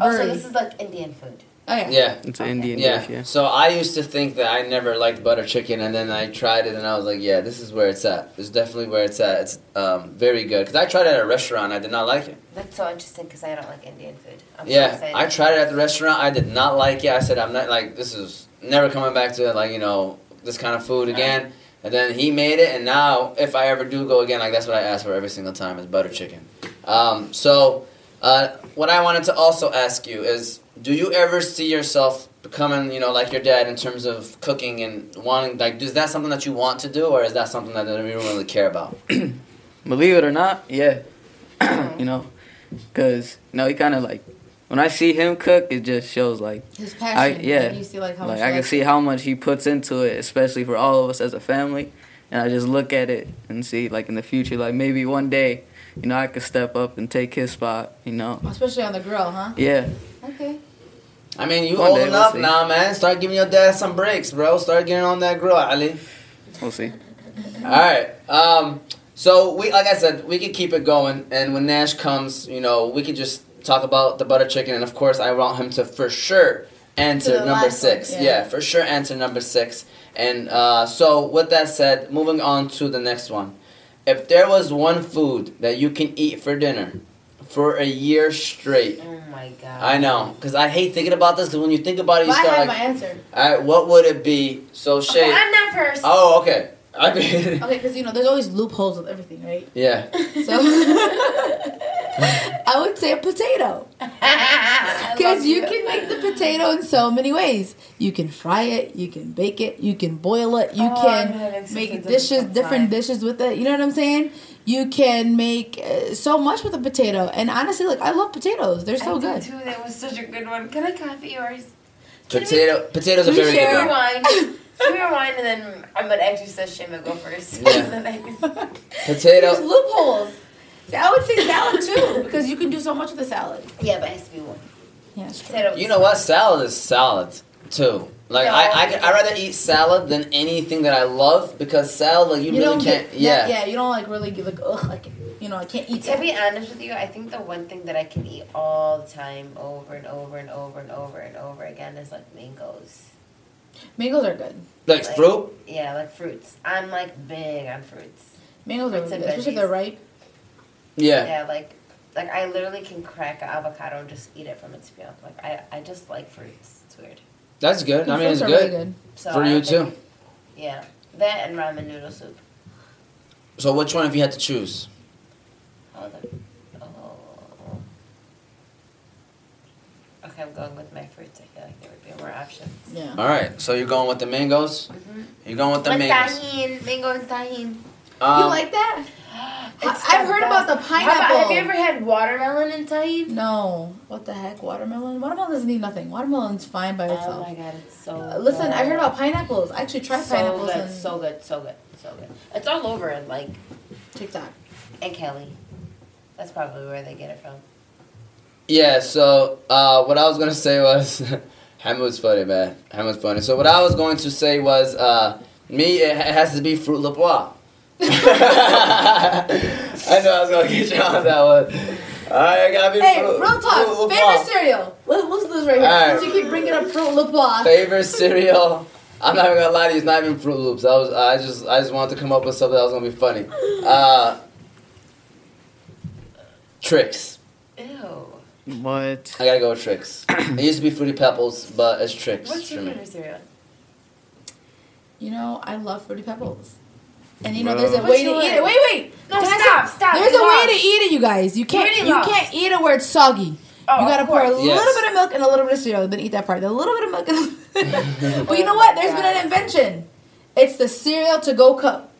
[SPEAKER 4] Oh,
[SPEAKER 3] bird.
[SPEAKER 4] so this is like Indian food.
[SPEAKER 3] oh, yeah.
[SPEAKER 1] yeah,
[SPEAKER 8] It's an Indian dish.
[SPEAKER 1] yeah.
[SPEAKER 8] Yeah.
[SPEAKER 1] So I used to think that I never liked butter chicken, and then I tried it, and I was like, yeah, this is where it's at. This is definitely where it's at. It's um, very good because I tried it at a restaurant. I did not like it.
[SPEAKER 4] That's so interesting because I don't like Indian food. I'm so
[SPEAKER 1] Yeah,
[SPEAKER 4] excited.
[SPEAKER 1] I tried it at the restaurant. I did not like it. I said, I'm not like this is never coming back to like you know this kind of food again. And then he made it, and now if I ever do go again, like that's what I ask for every single time is butter chicken. Um, so, uh, what I wanted to also ask you is, do you ever see yourself becoming, you know, like your dad in terms of cooking and wanting, like, is that something that you want to do, or is that something that you don't really care about?
[SPEAKER 8] Believe it or not, yeah. you know, because, you know, he kind of like, when I see him cook, it just shows like,
[SPEAKER 3] His
[SPEAKER 8] I,
[SPEAKER 3] passion.
[SPEAKER 8] yeah.
[SPEAKER 3] You see, like how
[SPEAKER 8] like
[SPEAKER 3] much.
[SPEAKER 8] I can
[SPEAKER 3] love-
[SPEAKER 8] see how much he puts into it, especially for all of us as a family. And I just look at it and see, like in the future, like maybe one day, you know, I could step up and take his spot. You know,
[SPEAKER 3] Especially on the grill, huh?
[SPEAKER 8] yeah,
[SPEAKER 3] Okay.
[SPEAKER 1] I mean, you
[SPEAKER 8] One
[SPEAKER 1] old
[SPEAKER 8] day, we'll
[SPEAKER 1] enough
[SPEAKER 8] see.
[SPEAKER 1] now, man. Start giving your dad some breaks, bro. Start getting on that grill, Ali.
[SPEAKER 8] we'll see.
[SPEAKER 1] All right. Um, so we, like I said, we could keep it going, and when Nash comes, you know, we could just talk about the butter chicken, and of course, I want him to for sure
[SPEAKER 3] To
[SPEAKER 1] enter
[SPEAKER 3] the
[SPEAKER 1] number
[SPEAKER 3] last one,
[SPEAKER 1] six.
[SPEAKER 3] yeah.
[SPEAKER 1] yeah. for sure enter number six. And uh, so, with that said, moving on to the next one. If there was one food that you can eat for dinner for a year straight,
[SPEAKER 2] Oh my god.
[SPEAKER 1] I know, cause I hate thinking about this. Cause when you think about it,
[SPEAKER 3] But
[SPEAKER 1] you
[SPEAKER 3] I
[SPEAKER 1] start
[SPEAKER 3] have
[SPEAKER 1] like,
[SPEAKER 3] my answer.
[SPEAKER 1] all right, what would it be? So, Shay.
[SPEAKER 4] Okay, I'm not first.
[SPEAKER 1] oh, okay. I mean,
[SPEAKER 3] Okay, because you know, there's always loopholes with everything, right?
[SPEAKER 1] yeah.
[SPEAKER 3] So I would say a potato. Because you can make the potato in so many ways. You can fry it, you can bake it, you can boil it, you can Oh, make dishes, different dishes with it. You know what I'm saying? You can make uh, so much with a potato. And honestly, look, I love potatoes. They're so good.
[SPEAKER 4] Too, that was such a good one. Can I copy yours? Can
[SPEAKER 1] Potato, potatoes are
[SPEAKER 3] Can we
[SPEAKER 1] very
[SPEAKER 3] share
[SPEAKER 1] good. one.
[SPEAKER 4] Rewind. Can we rewind and then I'm gonna actually say Shane will go first.
[SPEAKER 1] Yeah.
[SPEAKER 4] Then I-
[SPEAKER 3] There's
[SPEAKER 1] Potato.
[SPEAKER 3] loopholes. See, I would say salad too because you can do so much with a salad.
[SPEAKER 4] yeah, but it has to be one.
[SPEAKER 3] Yeah, it's true.
[SPEAKER 4] Potatoes.
[SPEAKER 1] You know what? Salad is salad too. Like
[SPEAKER 4] No.
[SPEAKER 1] I, I, could, I rather eat salad than anything that I love because salad, like, you, really
[SPEAKER 3] don't
[SPEAKER 1] can't.
[SPEAKER 3] get-
[SPEAKER 1] yeah.
[SPEAKER 3] yeah, you don't like really get like ugh, like you know, I can't eat
[SPEAKER 2] To
[SPEAKER 3] salad.
[SPEAKER 2] be honest with you, I think the one thing that I can eat all the time, over and over and over and over and over again, is like mangoes.
[SPEAKER 3] Mangoes are good.
[SPEAKER 1] Like
[SPEAKER 2] Like-
[SPEAKER 1] fruit.
[SPEAKER 2] Yeah, like fruits. I'm like big on fruits.
[SPEAKER 3] Mangoes are
[SPEAKER 2] Fruits
[SPEAKER 3] really
[SPEAKER 2] and
[SPEAKER 3] good, especially if they're ripe.
[SPEAKER 1] Yeah.
[SPEAKER 2] Yeah, like like I literally can crack an avocado and just eat it from its peel. Like I, I just like fruits. It's weird.
[SPEAKER 1] That's good. I mean,
[SPEAKER 3] Fruits
[SPEAKER 1] it's
[SPEAKER 3] are
[SPEAKER 1] good.
[SPEAKER 3] Really good.
[SPEAKER 2] So
[SPEAKER 1] For
[SPEAKER 2] I
[SPEAKER 1] you
[SPEAKER 2] think-
[SPEAKER 1] too.
[SPEAKER 2] Yeah, that and ramen noodle soup.
[SPEAKER 1] So which one if you had to choose?
[SPEAKER 2] Oh, the, oh. Okay, I'm going with my fruits. I feel like there would be more options.
[SPEAKER 3] Yeah.
[SPEAKER 1] All right. So you're going with the mangoes.
[SPEAKER 3] Mm-hmm.
[SPEAKER 2] Mhm.
[SPEAKER 1] You're going with the
[SPEAKER 4] With
[SPEAKER 1] mangoes.
[SPEAKER 4] tahine, mango and tahine.
[SPEAKER 1] Um,
[SPEAKER 3] you like that?
[SPEAKER 4] It's
[SPEAKER 3] I've
[SPEAKER 4] the
[SPEAKER 3] heard about the
[SPEAKER 4] best. How about-
[SPEAKER 3] pineapple.
[SPEAKER 4] have you ever had watermelon and tahine?
[SPEAKER 3] No. What the heck? Watermelon? Watermelon doesn't need nothing. Watermelon's fine by
[SPEAKER 2] Oh
[SPEAKER 3] itself.
[SPEAKER 2] my god, it's so.
[SPEAKER 3] Uh, Listen,
[SPEAKER 2] good.
[SPEAKER 3] I heard about pineapples. I actually tried
[SPEAKER 2] so
[SPEAKER 3] pineapples
[SPEAKER 2] good,
[SPEAKER 3] on
[SPEAKER 2] so good, so good, so good. It's all over, like
[SPEAKER 3] TikTok.
[SPEAKER 2] and Kelly. That's probably where they get it from.
[SPEAKER 1] Yeah, so uh, what I was gonna say was Hamlet's funny, man. Hamlet's funny. So what I was going to say was uh, me. It ha- has to be Fruit Le Bois. I know I was gonna get you on that one. All right, I gotta be
[SPEAKER 3] Hey,
[SPEAKER 1] Fruit,
[SPEAKER 3] real
[SPEAKER 1] Fruit
[SPEAKER 3] talk.
[SPEAKER 1] Le
[SPEAKER 3] Favorite
[SPEAKER 1] Bois.
[SPEAKER 3] cereal. Let, let's do this right here.
[SPEAKER 1] Alright.
[SPEAKER 3] Since you keep bringing up Fruit Le Bois.
[SPEAKER 1] Favorite cereal. I'm not even gonna lie to you. It's not even Fruit Loops. I was. I just. I just wanted to come up with something that was gonna be funny. Uh, tricks.
[SPEAKER 2] Ew.
[SPEAKER 8] But
[SPEAKER 1] I gotta go with tricks. it used to be Fruity Pebbles, but it's tricks
[SPEAKER 2] What's
[SPEAKER 1] for
[SPEAKER 2] your
[SPEAKER 1] me.
[SPEAKER 2] favorite cereal?
[SPEAKER 3] You know, I love Fruity Pebbles. And you know, there's a
[SPEAKER 4] Bro.
[SPEAKER 3] way to
[SPEAKER 4] What's
[SPEAKER 3] eat it.
[SPEAKER 4] yours?
[SPEAKER 3] Wait, wait.
[SPEAKER 4] No,
[SPEAKER 3] Can I
[SPEAKER 4] stop,
[SPEAKER 3] say-
[SPEAKER 4] stop.
[SPEAKER 3] There's a way
[SPEAKER 4] Lost.
[SPEAKER 3] to eat it, you guys. You can't.
[SPEAKER 4] Pretty
[SPEAKER 3] You
[SPEAKER 4] lost.
[SPEAKER 3] can't eat it where it's soggy.
[SPEAKER 4] Oh,
[SPEAKER 3] you gotta
[SPEAKER 4] of
[SPEAKER 3] pour a
[SPEAKER 4] course.
[SPEAKER 3] little
[SPEAKER 1] Yes.
[SPEAKER 3] bit of milk and a little bit of cereal, then eat that part. Then a little bit of milk. And but you know what? There's been an invention. It's the cereal to go cup,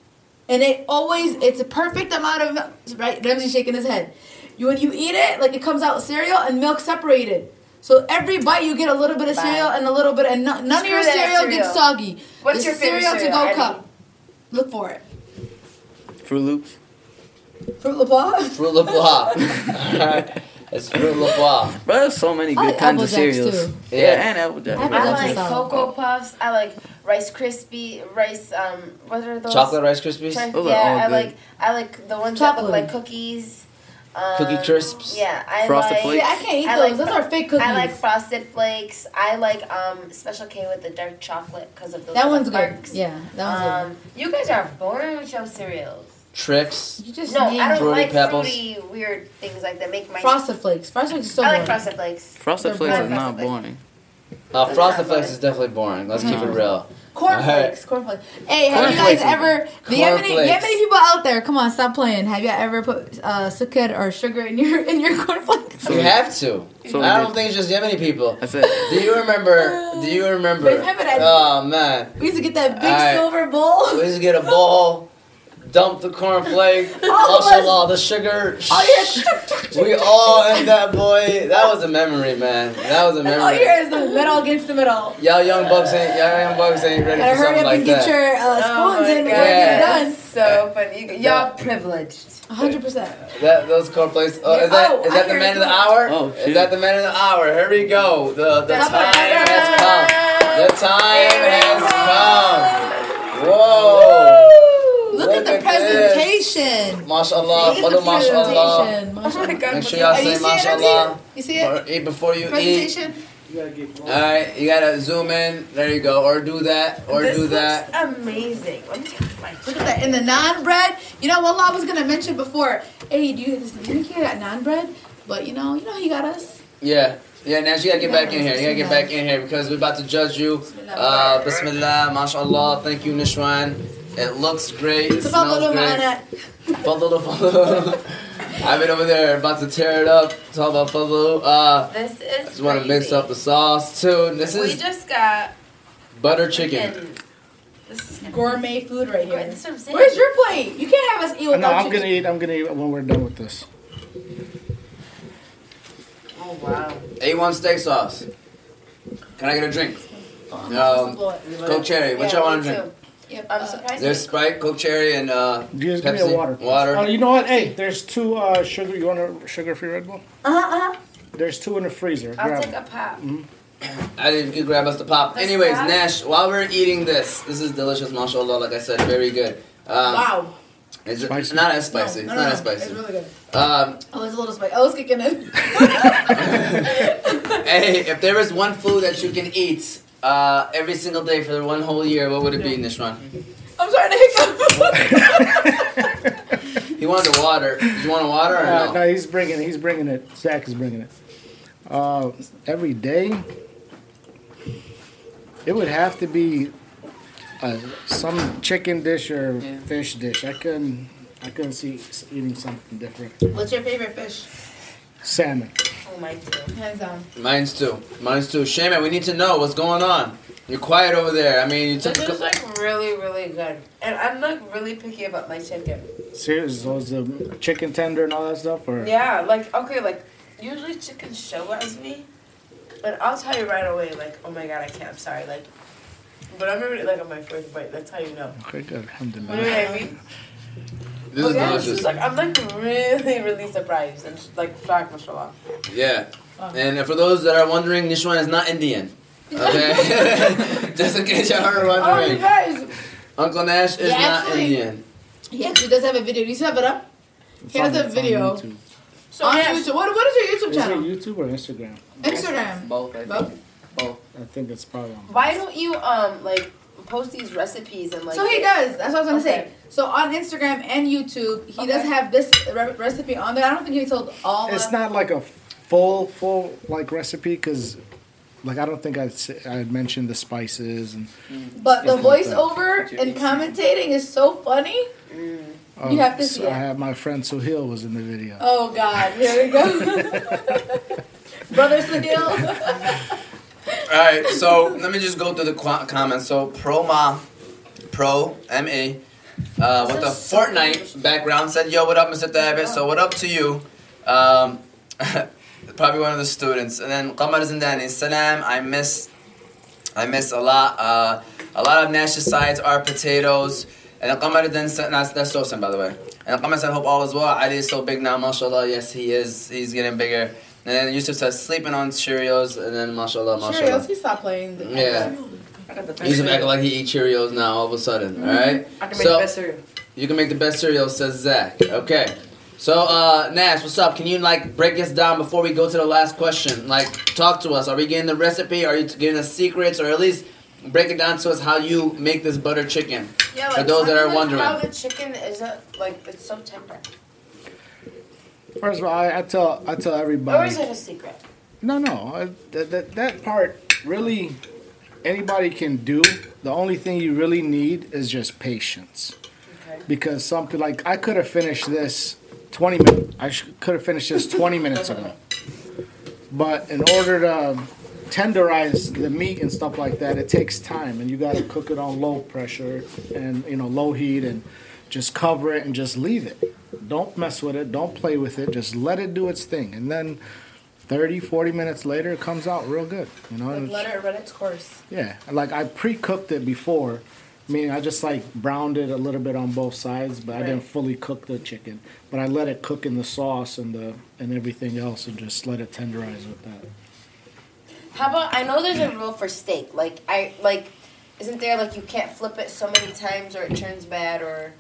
[SPEAKER 3] and it always it's a perfect amount of milk. Right? Ramsey's shaking his head. You when you eat it, like it comes out cereal and milk separated. So every bite you get a little bit of
[SPEAKER 2] Bye.
[SPEAKER 3] cereal and a little bit, and no, none of
[SPEAKER 4] Screw
[SPEAKER 3] your
[SPEAKER 4] that
[SPEAKER 3] cereal,
[SPEAKER 4] cereal.
[SPEAKER 3] gets soggy.
[SPEAKER 4] What's
[SPEAKER 3] The
[SPEAKER 4] your favorite
[SPEAKER 3] cereal to
[SPEAKER 4] cereal,
[SPEAKER 3] go
[SPEAKER 4] Eddie?
[SPEAKER 3] cup? Look for it.
[SPEAKER 8] Fruit Loops,
[SPEAKER 3] Fruit Le Bois.
[SPEAKER 1] Fruit Le Bois. Alright, it's Fruit Le Bois.
[SPEAKER 8] bro, there's so many
[SPEAKER 3] I
[SPEAKER 8] good
[SPEAKER 3] like
[SPEAKER 8] kinds
[SPEAKER 3] Apple
[SPEAKER 8] of
[SPEAKER 3] Jacks,
[SPEAKER 8] cereals.
[SPEAKER 3] too.
[SPEAKER 8] Yeah.
[SPEAKER 1] Yeah.
[SPEAKER 8] and Apple Jacks.
[SPEAKER 3] Apple
[SPEAKER 8] bro.
[SPEAKER 4] I
[SPEAKER 3] Jacks.
[SPEAKER 4] like
[SPEAKER 3] That's a solid
[SPEAKER 4] Cocoa Puffs. I like Rice Krispie, rice, um, what are those?
[SPEAKER 1] Chocolate Rice Krispies?
[SPEAKER 4] Tri-
[SPEAKER 8] Those are all
[SPEAKER 4] yeah, I
[SPEAKER 8] good.
[SPEAKER 4] like, I like the ones that
[SPEAKER 3] Chocolate.
[SPEAKER 4] look like cookies. Um,
[SPEAKER 1] Cookie crisps?
[SPEAKER 4] Yeah, I
[SPEAKER 8] Frosted
[SPEAKER 4] like.
[SPEAKER 8] Flakes?
[SPEAKER 3] See, I can't eat
[SPEAKER 4] I like-
[SPEAKER 3] those. those are fake cookies.
[SPEAKER 4] I like frosted flakes. I like um, Special K with the dark chocolate because of those.
[SPEAKER 3] that
[SPEAKER 4] little
[SPEAKER 3] one's good.
[SPEAKER 4] marks.
[SPEAKER 3] Yeah, that
[SPEAKER 4] Um,
[SPEAKER 3] one's good.
[SPEAKER 4] you guys are boring with your cereals.
[SPEAKER 1] Tricks.
[SPEAKER 3] You just
[SPEAKER 4] No,
[SPEAKER 3] named
[SPEAKER 4] I don't
[SPEAKER 1] Fruity
[SPEAKER 4] like
[SPEAKER 1] Pebbles.
[SPEAKER 4] fruity weird things like that. Make my
[SPEAKER 3] Frosted Flakes. Frosted Flakes is so
[SPEAKER 4] I like
[SPEAKER 3] good.
[SPEAKER 4] frosted flakes.
[SPEAKER 8] Frosted
[SPEAKER 3] They're
[SPEAKER 8] Flakes
[SPEAKER 4] boring.
[SPEAKER 8] is not
[SPEAKER 4] Frosted Flakes.
[SPEAKER 8] boring.
[SPEAKER 1] Uh,
[SPEAKER 4] Those are
[SPEAKER 1] Frosted
[SPEAKER 4] not
[SPEAKER 1] Flakes
[SPEAKER 4] bad.
[SPEAKER 3] Mm-hmm.
[SPEAKER 1] is definitely boring. Let's keep it
[SPEAKER 8] No.
[SPEAKER 1] real.
[SPEAKER 3] Cornflakes, cornflakes. Hey, have you guys
[SPEAKER 1] Cornflakes.
[SPEAKER 3] ever? Do you have any? You have
[SPEAKER 1] Cornflakes.
[SPEAKER 3] any people out there? Come on, stop playing. Have you ever put uh, sukkah or sugar in your in your cornflakes?
[SPEAKER 1] You have to.
[SPEAKER 8] So we
[SPEAKER 1] I don't
[SPEAKER 8] did.
[SPEAKER 1] think it's just Yemeni people.
[SPEAKER 8] That's it.
[SPEAKER 1] Do you remember? Do you remember?
[SPEAKER 3] Wait, remember that-
[SPEAKER 1] Oh man,
[SPEAKER 3] We used to get that big
[SPEAKER 1] All right.
[SPEAKER 3] silver bowl.
[SPEAKER 1] we just get a bowl, dump the cornflake,
[SPEAKER 3] All of us.
[SPEAKER 1] all the sugar.
[SPEAKER 3] Oh yeah.
[SPEAKER 1] We all in that boy. That was a memory, man. That was a
[SPEAKER 3] And all
[SPEAKER 1] memory.
[SPEAKER 3] you hear is the middle against the middle.
[SPEAKER 1] Y'all young bucks ain't y'all young bucks ain't ready
[SPEAKER 3] Gotta
[SPEAKER 1] for
[SPEAKER 3] hurry
[SPEAKER 1] something
[SPEAKER 3] up
[SPEAKER 1] like
[SPEAKER 3] and get
[SPEAKER 1] that.
[SPEAKER 3] your
[SPEAKER 4] Oh
[SPEAKER 3] uh, spoons in before
[SPEAKER 1] Yeah.
[SPEAKER 3] it
[SPEAKER 4] That's
[SPEAKER 3] gets
[SPEAKER 4] so funny. You- Y'all privileged.
[SPEAKER 3] done. 100%.
[SPEAKER 1] that those cornflakes. Oh, is that
[SPEAKER 3] Oh,
[SPEAKER 1] is
[SPEAKER 3] I
[SPEAKER 1] that the
[SPEAKER 3] hear
[SPEAKER 1] man
[SPEAKER 3] it.
[SPEAKER 1] of the hour?
[SPEAKER 8] Oh,
[SPEAKER 1] is
[SPEAKER 8] shit.
[SPEAKER 1] that the man of the hour? Here we go. The the
[SPEAKER 3] That's
[SPEAKER 1] time
[SPEAKER 3] what I
[SPEAKER 1] has come. The
[SPEAKER 3] heard.
[SPEAKER 1] time has come. Whoa!
[SPEAKER 3] Look, at the
[SPEAKER 1] this.
[SPEAKER 3] presentation.
[SPEAKER 1] Mashallah,
[SPEAKER 3] Look at the
[SPEAKER 1] follow mashallah.
[SPEAKER 3] presentation. Mashallah.
[SPEAKER 1] Make sure y'all
[SPEAKER 3] Are
[SPEAKER 1] say
[SPEAKER 3] you seeing it, Ramsey?
[SPEAKER 1] mashallah.
[SPEAKER 3] You see it?
[SPEAKER 1] Or eat before you eat.
[SPEAKER 3] Presentation.
[SPEAKER 5] You gotta get close.
[SPEAKER 1] Alright, you gotta zoom in. There you go. Or do that. Or
[SPEAKER 4] this
[SPEAKER 1] do that.
[SPEAKER 4] looks amazing. Let me take my
[SPEAKER 3] Look at that. And the non bread. You know, Wallah I was going to mention before. Hey, do you think you got non bread? But you know, you know, he got us.
[SPEAKER 1] Yeah. Yeah, now you gotta get back in here. You gotta get back in here because we're about to judge you. Uh, Bismillah, mashallah. Thank you, Nishwan. It looks great. It smells
[SPEAKER 3] Tafadhalu
[SPEAKER 1] great.
[SPEAKER 3] ma'ana.
[SPEAKER 1] Fadlu, fadlu. I've been over there about to tear it up. Talk about fadlu. Uh,
[SPEAKER 4] This is.
[SPEAKER 1] just want to mix up the sauce too. This
[SPEAKER 4] We
[SPEAKER 1] is
[SPEAKER 4] just got.
[SPEAKER 1] butter chicken.
[SPEAKER 4] And this is
[SPEAKER 3] Gourmet food right
[SPEAKER 4] great.
[SPEAKER 3] here.
[SPEAKER 4] This is what I'm saying.
[SPEAKER 3] Where's your plate? You can't have us eat
[SPEAKER 5] No,
[SPEAKER 3] without
[SPEAKER 5] I'm
[SPEAKER 3] you.
[SPEAKER 5] gonna eat. I'm gonna eat when we're done with this.
[SPEAKER 4] Oh wow.
[SPEAKER 1] A1 steak sauce. Can I get a drink? Um, Coke cherry. What
[SPEAKER 4] Yeah,
[SPEAKER 1] y'all want
[SPEAKER 4] me
[SPEAKER 1] to drink?
[SPEAKER 3] Yep,
[SPEAKER 4] I'm
[SPEAKER 3] uh,
[SPEAKER 4] surprised.
[SPEAKER 1] There's Sprite, Coke cherry, and uh,
[SPEAKER 5] Just give me
[SPEAKER 1] Pepsi.
[SPEAKER 5] a water.
[SPEAKER 1] Water.
[SPEAKER 5] Oh, you know what? Hey, there's two uh, sugar. You want a sugar-free Red Bull?
[SPEAKER 3] Uh-huh,
[SPEAKER 4] Uh huh.
[SPEAKER 5] There's two in the freezer.
[SPEAKER 4] I'll
[SPEAKER 5] Grab
[SPEAKER 4] take
[SPEAKER 5] it.
[SPEAKER 4] a pop.
[SPEAKER 1] I didn't you grab us the pop.
[SPEAKER 4] The
[SPEAKER 1] Anyways,
[SPEAKER 4] side?
[SPEAKER 1] Nash, while we're eating this, this is delicious, mashallah, like I said, very good. Um,
[SPEAKER 3] wow.
[SPEAKER 1] It's
[SPEAKER 5] Spicy?
[SPEAKER 1] not as spicy. it's not as spicy.
[SPEAKER 3] It's really good.
[SPEAKER 1] um,
[SPEAKER 3] Oh, it's a little spicy. Oh, it's kicking in.
[SPEAKER 1] hey, if there is one food that you can eat uh, every single day for one whole year, what would it be, Nishran?
[SPEAKER 3] I'm starting to hiccup.
[SPEAKER 1] He wanted a water. Did you want a water or
[SPEAKER 5] Uh,
[SPEAKER 1] no?
[SPEAKER 5] no, he's bringing it. He's bringing it. Zach is bringing it. Uh, every day, it would have to be uh, some chicken dish or
[SPEAKER 8] Yeah.
[SPEAKER 5] fish dish. I couldn't. I couldn't see s- eating something different.
[SPEAKER 3] What's your favorite fish?
[SPEAKER 5] Salmon.
[SPEAKER 4] Oh my god.
[SPEAKER 3] Hands down.
[SPEAKER 1] Mine's too. Mine's too. Shaman, we need to know what's going on. You're quiet over there. I mean, you took
[SPEAKER 4] This
[SPEAKER 1] a
[SPEAKER 4] is
[SPEAKER 1] cou-
[SPEAKER 4] like really, really good. And I'm like really picky about my chicken.
[SPEAKER 5] Serious? Those the chicken tender and all that stuff, or
[SPEAKER 4] Yeah, like okay, like usually chicken showers me, but I'll tell you right away, like oh my god, I can't. I'm sorry, like, but I'm already like on my first bite. That's how you know.
[SPEAKER 5] Okay,
[SPEAKER 4] You
[SPEAKER 5] good.
[SPEAKER 4] know
[SPEAKER 5] Alhamdulillah.
[SPEAKER 4] what I mean?
[SPEAKER 1] this is
[SPEAKER 4] But yeah, it's just
[SPEAKER 1] delicious.
[SPEAKER 4] like I'm like really, really surprised and just, like shocked, mashallah.
[SPEAKER 1] Yeah.
[SPEAKER 3] Um.
[SPEAKER 1] And for those that are wondering, Nishwan is not Indian. Okay? Just in case y'all are
[SPEAKER 4] Oh, you
[SPEAKER 1] wondering.
[SPEAKER 4] guys, Oh,
[SPEAKER 1] Uncle Nash is
[SPEAKER 3] Yeah,
[SPEAKER 1] not
[SPEAKER 3] absolutely.
[SPEAKER 1] Indian.
[SPEAKER 3] He actually does have a video. Do you have it up?
[SPEAKER 5] It's
[SPEAKER 3] He has
[SPEAKER 5] on-
[SPEAKER 3] a
[SPEAKER 5] it's on
[SPEAKER 3] video.
[SPEAKER 5] YouTube.
[SPEAKER 4] so
[SPEAKER 3] on
[SPEAKER 4] yeah,
[SPEAKER 3] YouTube. What, what is your YouTube
[SPEAKER 5] Is it
[SPEAKER 3] channel?
[SPEAKER 5] YouTube or Instagram?
[SPEAKER 3] Instagram.
[SPEAKER 8] Both, I
[SPEAKER 3] Both?
[SPEAKER 8] think. Both.
[SPEAKER 5] I think it's probably on.
[SPEAKER 4] why don't you um like post these recipes and like?
[SPEAKER 3] So he does. That's what I was gonna
[SPEAKER 4] Okay.
[SPEAKER 3] say. So on Instagram and YouTube, he does
[SPEAKER 4] Okay.
[SPEAKER 3] have this re- recipe on there. I don't think he told all.
[SPEAKER 5] It's
[SPEAKER 3] of-
[SPEAKER 5] not like a full, full like recipe because, like, I don't think I'd say, I'd mentioned the spices and.
[SPEAKER 3] But the
[SPEAKER 5] it's like that.
[SPEAKER 3] voiceover and commentating is so funny.
[SPEAKER 5] Uh,
[SPEAKER 3] You have to see
[SPEAKER 5] I
[SPEAKER 3] it.
[SPEAKER 5] have my friend Suhail was in the video.
[SPEAKER 3] Oh God, here we go. Brother Sadil.
[SPEAKER 1] All right, so let me just go through the qu- comments. So, Pro Ma, Pro M A, uh, with the Fortnite background said, Yo, what up, Mr. Thabit? So, what up to you? Um, probably one of the students. And then Qamar Zindani, Salam, I miss, I miss a lot. Uh, a lot of Nash's sides are potatoes. And then Qamar then said, nah, that's Sosan, by the way. And Qamar said, Hope all is well. Ali is so big now, mashallah. Yes, he is. He's getting bigger. And then Yusuf says, sleeping on Cheerios, and then mashallah, mashallah.
[SPEAKER 3] Cheerios. He stopped playing. the-
[SPEAKER 1] Yeah.
[SPEAKER 4] I got the best
[SPEAKER 1] He's
[SPEAKER 4] cereal.
[SPEAKER 1] acting like he eat Cheerios now all of a sudden. All right.
[SPEAKER 4] Mm-hmm. I can make
[SPEAKER 1] So-
[SPEAKER 4] the best cereal.
[SPEAKER 1] You can make the best cereal, says Zach. Okay. So uh, Nash, what's up? Can you like break us down before we go to the last question? Like, talk to us. Are we getting the recipe? Are you t- giving us secrets, or at least break it down to us how you make this butter chicken?
[SPEAKER 4] Yeah,
[SPEAKER 1] For those that
[SPEAKER 4] tell
[SPEAKER 1] are
[SPEAKER 4] me, like, How
[SPEAKER 1] wondering.
[SPEAKER 4] the chicken is uh, like it's so tender.
[SPEAKER 5] First of all, I, I tell I tell
[SPEAKER 3] Oh,
[SPEAKER 4] Or
[SPEAKER 5] everybody.
[SPEAKER 4] is it a secret?
[SPEAKER 5] No, no, I, that, that that part really anybody can do. The only thing you really need is just patience. Because some people, like, I could have finished this 20 minutes. I sh- could have finished this 20 minutes ago. But in order to tenderize the meat and stuff like that, it takes time, and you got to cook it on low pressure and you know low heat, and just cover it and just leave it. Don't mess with it. Don't play with it. Just let it do its thing, and then 30, 40 minutes later, it comes out real good. You know, and
[SPEAKER 10] Like,
[SPEAKER 5] it's-
[SPEAKER 10] let it run its course.
[SPEAKER 5] yeah, like I pre-cooked it before. I mean, I just like browned it a little bit on both sides, but I didn't
[SPEAKER 10] Right.
[SPEAKER 5] fully cook the chicken. But I let it cook in the sauce and the and everything else, and just let it tenderize with that.
[SPEAKER 10] How about I know there's a rule for steak. Like I like, isn't there like you can't flip it so many times or it turns bad or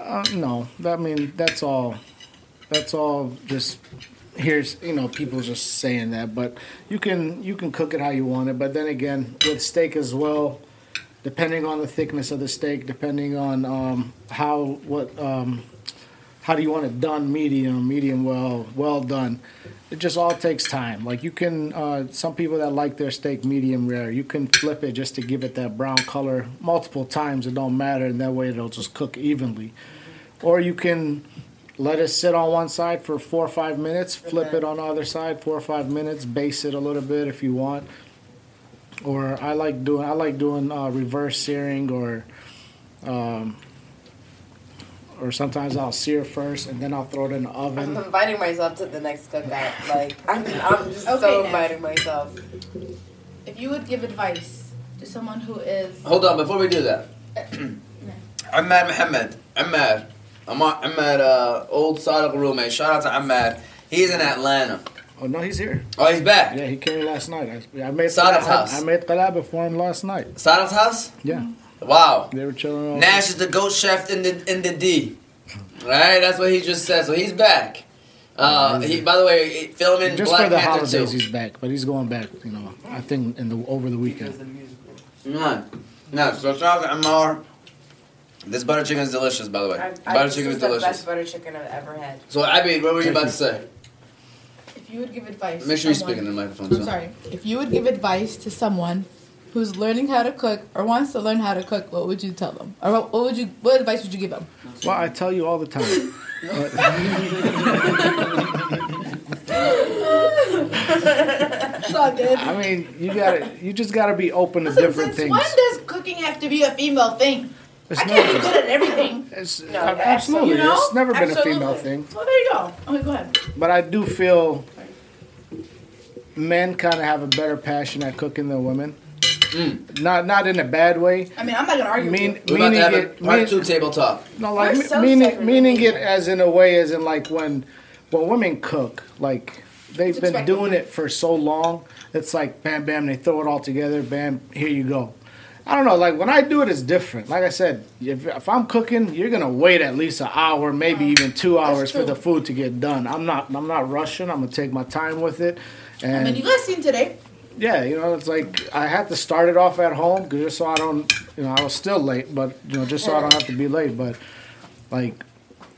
[SPEAKER 5] Uh, no, I mean that's all. That's all. Just here's you know people just saying that, but you can you can cook it how you want it. But then again, with steak as well, depending on the thickness of the steak, depending on um, how what um, how do you want it done, medium, medium well, well done. It just all takes time. Like you can, uh, some people that like their steak medium rare, you can flip it just to give it that brown color multiple times. It don't matter, and that way it'll just cook evenly or you can let it sit on one side for four or five minutes, flip it on the other side four or five minutes, base it a little bit if you want. Or I like doing I like doing uh, reverse searing or, um, or sometimes I'll sear first and then I'll throw it in the
[SPEAKER 10] I'm
[SPEAKER 1] Mm-hmm.
[SPEAKER 5] oven.
[SPEAKER 10] inviting myself to the next cookout. Like I'm, I'm just
[SPEAKER 11] Okay,
[SPEAKER 10] so
[SPEAKER 11] now.
[SPEAKER 10] inviting myself.
[SPEAKER 11] If you would give advice to someone who is
[SPEAKER 1] Hold on, before we do that. I'm at Mohammed. I'm at. I'm at, I'm at uh, old Sadiq roommate. Shout out to Ahmed. He's in Atlanta.
[SPEAKER 5] Oh no, he's here.
[SPEAKER 1] Oh, he's back.
[SPEAKER 5] Yeah, he came last night. I, I made
[SPEAKER 1] Sada's
[SPEAKER 5] I,
[SPEAKER 1] house.
[SPEAKER 5] I made collab for him last night.
[SPEAKER 1] Sadiq's house?
[SPEAKER 5] Yeah,
[SPEAKER 1] Wow.
[SPEAKER 5] they were chilling. all-
[SPEAKER 1] Nash is the goat chef in the in the D. Right? That's what he just said. So he's back. Uh, he, by the way, filming
[SPEAKER 5] Just
[SPEAKER 1] Black
[SPEAKER 5] for the
[SPEAKER 1] Panther
[SPEAKER 5] holidays,
[SPEAKER 1] 2.
[SPEAKER 5] he's back, but he's going back. You know, I think in the over the weekend.
[SPEAKER 1] No, no. So shout out to Amar. This butter chicken is delicious, by the way.
[SPEAKER 10] I, I,
[SPEAKER 1] butter
[SPEAKER 10] this
[SPEAKER 1] chicken is
[SPEAKER 10] is the best
[SPEAKER 1] delicious.
[SPEAKER 10] butter chicken I've ever had.
[SPEAKER 1] So Abby, what were you
[SPEAKER 5] Thank
[SPEAKER 1] about
[SPEAKER 5] you.
[SPEAKER 1] to say?
[SPEAKER 11] if you would give advice
[SPEAKER 1] Make sure you
[SPEAKER 11] to
[SPEAKER 1] speak
[SPEAKER 11] someone,
[SPEAKER 1] in the microphone. Son.
[SPEAKER 11] sorry.
[SPEAKER 3] If you would give advice to someone who's learning how to cook or wants to learn how to cook, what would you tell them? Or what, what would you what advice would you give them?
[SPEAKER 5] Well, I tell you all the time.
[SPEAKER 11] It's all good.
[SPEAKER 5] I mean, you gotta, you just gotta be open to
[SPEAKER 11] Listen,
[SPEAKER 5] different
[SPEAKER 11] since
[SPEAKER 5] things.
[SPEAKER 11] when does cooking have to be a female thing?
[SPEAKER 5] It's
[SPEAKER 11] I can't be
[SPEAKER 5] never,
[SPEAKER 11] good at everything.
[SPEAKER 5] it's
[SPEAKER 10] No,
[SPEAKER 5] ab- absolutely,
[SPEAKER 11] You know?
[SPEAKER 5] it's never been a female
[SPEAKER 11] Absolutely.
[SPEAKER 5] thing.
[SPEAKER 11] Well, there you go. Okay, go ahead.
[SPEAKER 5] But I do feel men kind of have a better passion at cooking than women. Not, not in a bad way.
[SPEAKER 11] I mean, I'm not gonna argue.
[SPEAKER 5] Mean,
[SPEAKER 11] with you.
[SPEAKER 5] meaning
[SPEAKER 1] Mm. We're about to have a
[SPEAKER 5] it,
[SPEAKER 1] part
[SPEAKER 5] mean-
[SPEAKER 1] two table talk.
[SPEAKER 5] No, like
[SPEAKER 10] We're
[SPEAKER 5] me-
[SPEAKER 10] so
[SPEAKER 5] meaning,
[SPEAKER 10] segregated.
[SPEAKER 5] meaning it as in a way as in like when when women cook, like they've
[SPEAKER 11] It's
[SPEAKER 5] been
[SPEAKER 11] expected.
[SPEAKER 5] doing it for so long, it's like bam, bam, they throw it all together, bam, here you go. I don't know, like when I do it, it's different. Like I said, if, if I'm cooking, you're gonna wait at least an hour, maybe even two hours for
[SPEAKER 11] true.
[SPEAKER 5] the food to get done. I'm not, I'm not rushing. I'm gonna take my time with it. And
[SPEAKER 11] I mean, you guys seen today.
[SPEAKER 5] yeah, you know, it's like I have to start it off at home 'cause just so I don't, you know, I was still late, but you know, just so I don't have to be late. But like,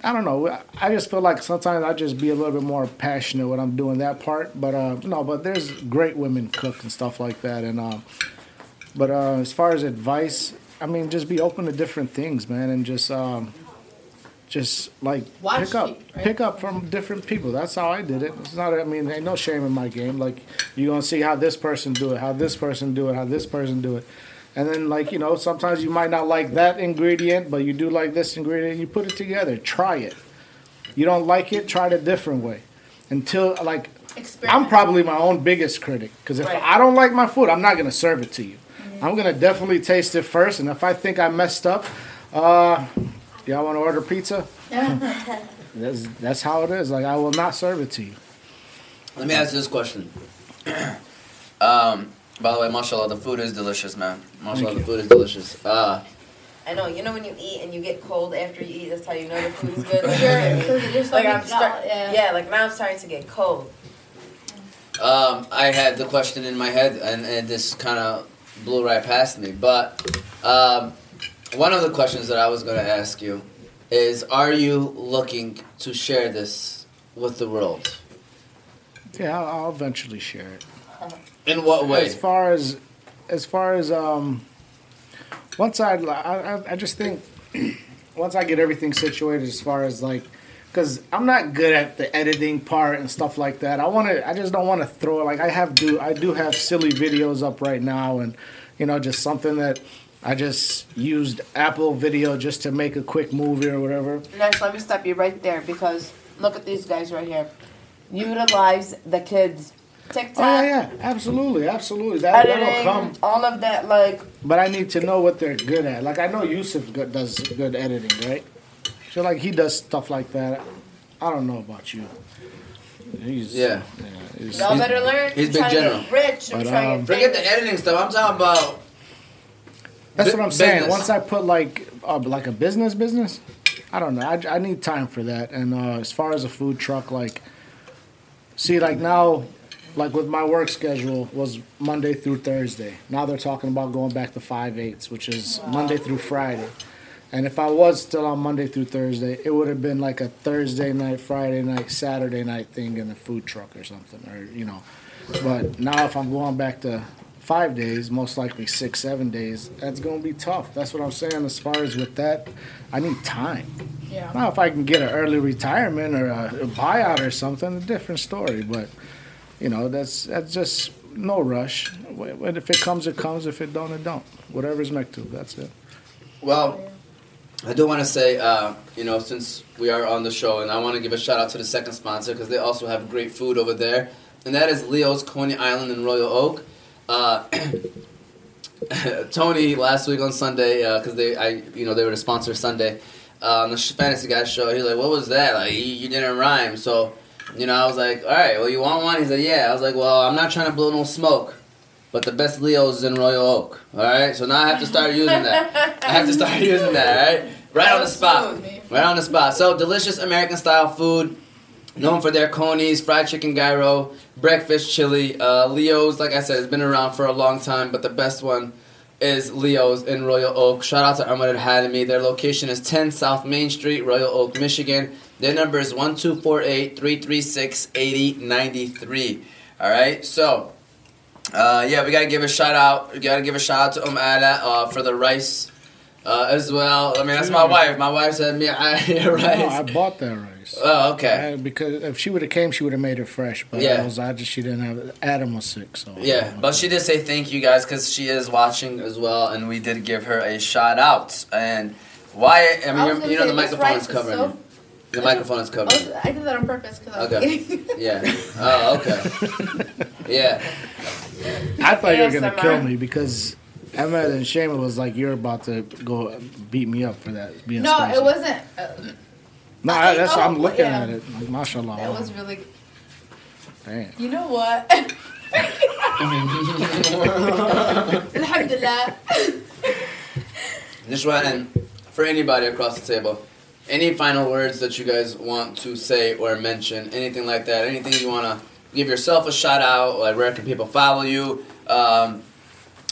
[SPEAKER 5] I don't know. I- I just feel like sometimes I just be a little bit more passionate when I'm doing that part. But uh, no, but there's great women cook and stuff like that. And uh, but uh, as far as advice, I mean, just be open to different things, man, and just um, just like
[SPEAKER 11] Watch
[SPEAKER 5] pick up,
[SPEAKER 11] it, right?
[SPEAKER 5] pick up from different people. That's how I did it. It's not. I mean, ain't no shame in my game. Like you gonna see how this person do it, how this person do it, how this person do it. And then, like you know, sometimes you might not like that ingredient, but you do like this ingredient. You put it together. Try it. You don't like it, try it a different way. Until like
[SPEAKER 11] Experiment.
[SPEAKER 5] I'm probably my own biggest critic because if
[SPEAKER 11] Right.
[SPEAKER 5] I don't like my food, I'm not gonna serve it to you. I'm gonna definitely taste it first, and if I think I messed up, uh, y'all want to order pizza? that's that's how it is. Like I will not serve it to you.
[SPEAKER 1] Let me ask you this question. um, by the way, mashallah, the food is delicious, man. Mashallah, the
[SPEAKER 5] you.
[SPEAKER 1] food is delicious. Uh,
[SPEAKER 10] I know. You know when you eat and you get cold after you eat. That's how you know the food is good. Like, like I'm start, yeah. Like now I'm starting to get cold.
[SPEAKER 1] Um, I had the question in my head, and, and this kind of blew right past me. But um, one of the questions that I was going to ask you is: Are you looking to share this with the world?
[SPEAKER 5] Yeah, I'll, I'll eventually share it.
[SPEAKER 1] In what way?
[SPEAKER 5] As far as as far as um, once I, I I- I just think once I get everything situated as far as like because I'm not good at the editing part and stuff like that. I want to I just don't want to throw it like I have do I do have silly videos up right now and you know just something that I just used Apple Video just to make a quick movie or whatever.
[SPEAKER 10] Next, let me stop you right there because look at these guys right here. Utilize the kids. TikTok,
[SPEAKER 5] Oh yeah, yeah, absolutely, absolutely. That, that'll come.
[SPEAKER 10] editing, all of that. Like,
[SPEAKER 5] But I need to know what they're good at. Like I know Yusuf go- does good editing, right? So like he does stuff like that. I don't know about you. He's,
[SPEAKER 1] Yeah.
[SPEAKER 5] he's-
[SPEAKER 10] y'all better learn.
[SPEAKER 1] he's
[SPEAKER 10] I'm
[SPEAKER 1] been
[SPEAKER 10] trying to
[SPEAKER 1] general.
[SPEAKER 10] get rich. I'm
[SPEAKER 5] But,
[SPEAKER 10] trying
[SPEAKER 5] um,
[SPEAKER 10] to
[SPEAKER 1] Forget the editing stuff. I'm talking about
[SPEAKER 5] that's
[SPEAKER 1] bu-
[SPEAKER 5] what I'm saying.
[SPEAKER 1] business.
[SPEAKER 5] Once I put like uh, like a business business, I don't know. I, I need time for that. And uh, as far as a food truck, like see, like now, like with my work schedule was Monday through Thursday. Now they're talking about going back to five eights, which is Monday through Friday. And if I was still on Monday through Thursday, it would have been like a Thursday night, Friday night, Saturday night thing in a food truck or something, or you know. But now if I'm going back to five days, most likely six, seven days, that's gonna be tough. That's what I'm saying. As far as with that, I need time.
[SPEAKER 11] Yeah.
[SPEAKER 5] Now if I can get an early retirement or a, a buyout or something, a different story. But you know, that's that's just no rush. Wh- wh- If it comes, it comes. If it don't, it don't. Whatever's meant to. That's it.
[SPEAKER 1] Well, I do want to say, uh, you know, since we are on the show, and I want to give a shout out to the second sponsor because they also have great food over there, and that is Leo's Coney Island in Royal Oak. Uh, Tony last week on Sunday because they, I, you know, they were the sponsor Sunday uh, on the Fantasy Guys show. He's like, "What was that? Like, you, you didn't rhyme." So, you know, I was like, "All right, well, you want one?" He's like, "Yeah." I was like, "Well, I'm not trying to blow no smoke." But the best Leo's is in Royal Oak. All right, so now I have to start using that. I have to start using that. All right, right on the spot, right on the spot. So delicious American style food, known for their conies, fried chicken gyro, breakfast chili. Uh, Leo's, like I said, has been around for a long time, but the best one is Leo's in Royal Oak. Shout out to Armored Academy. Their location is 10 South Main Street, Royal Oak, Michigan. Their number is 1248-336-8093. All right, so. Uh, yeah, we gotta give a shout out. We gotta give a shout out to Um Ala uh, for the rice uh, as well. I mean, that's my wife. My wife said, "Me, I
[SPEAKER 5] No, I
[SPEAKER 1] rice."
[SPEAKER 5] bought that rice.
[SPEAKER 1] Oh, okay.
[SPEAKER 5] I- because if she would have came, she would have made it fresh. But
[SPEAKER 1] Yeah.
[SPEAKER 5] I was, I just she didn't have. it. Adam was sick, so
[SPEAKER 1] Yeah, but she did say thank you guys because she is watching as well, and we did give her a shout out. And why? I
[SPEAKER 11] I was
[SPEAKER 1] mean,
[SPEAKER 11] gonna
[SPEAKER 1] you know, the
[SPEAKER 11] say, this
[SPEAKER 1] microphone
[SPEAKER 11] rice
[SPEAKER 1] is
[SPEAKER 11] is
[SPEAKER 1] covering.
[SPEAKER 11] so-
[SPEAKER 1] you. the microphone is
[SPEAKER 11] I,
[SPEAKER 1] covering.
[SPEAKER 11] was, I did that on purpose because I was
[SPEAKER 1] Okay.
[SPEAKER 11] eating.
[SPEAKER 1] you. Yeah. Oh, okay. Yeah.
[SPEAKER 5] I thought you were gonna
[SPEAKER 10] ASMR.
[SPEAKER 5] kill me because Emma and Shaman was like, "You're about to go beat me up for that." Being
[SPEAKER 11] No,
[SPEAKER 5] spicy."
[SPEAKER 11] it wasn't. Uh,
[SPEAKER 5] No, I, that's
[SPEAKER 11] Oh,
[SPEAKER 5] I'm looking
[SPEAKER 11] yeah.
[SPEAKER 5] at it. Like, mashallah.
[SPEAKER 11] that was really.
[SPEAKER 5] Damn.
[SPEAKER 11] You know what? Alhamdulillah.
[SPEAKER 1] This one, and for anybody across the table, any final words that you guys want to say or mention, anything like that, anything you want to give yourself a shout out, like where can people follow you? Um,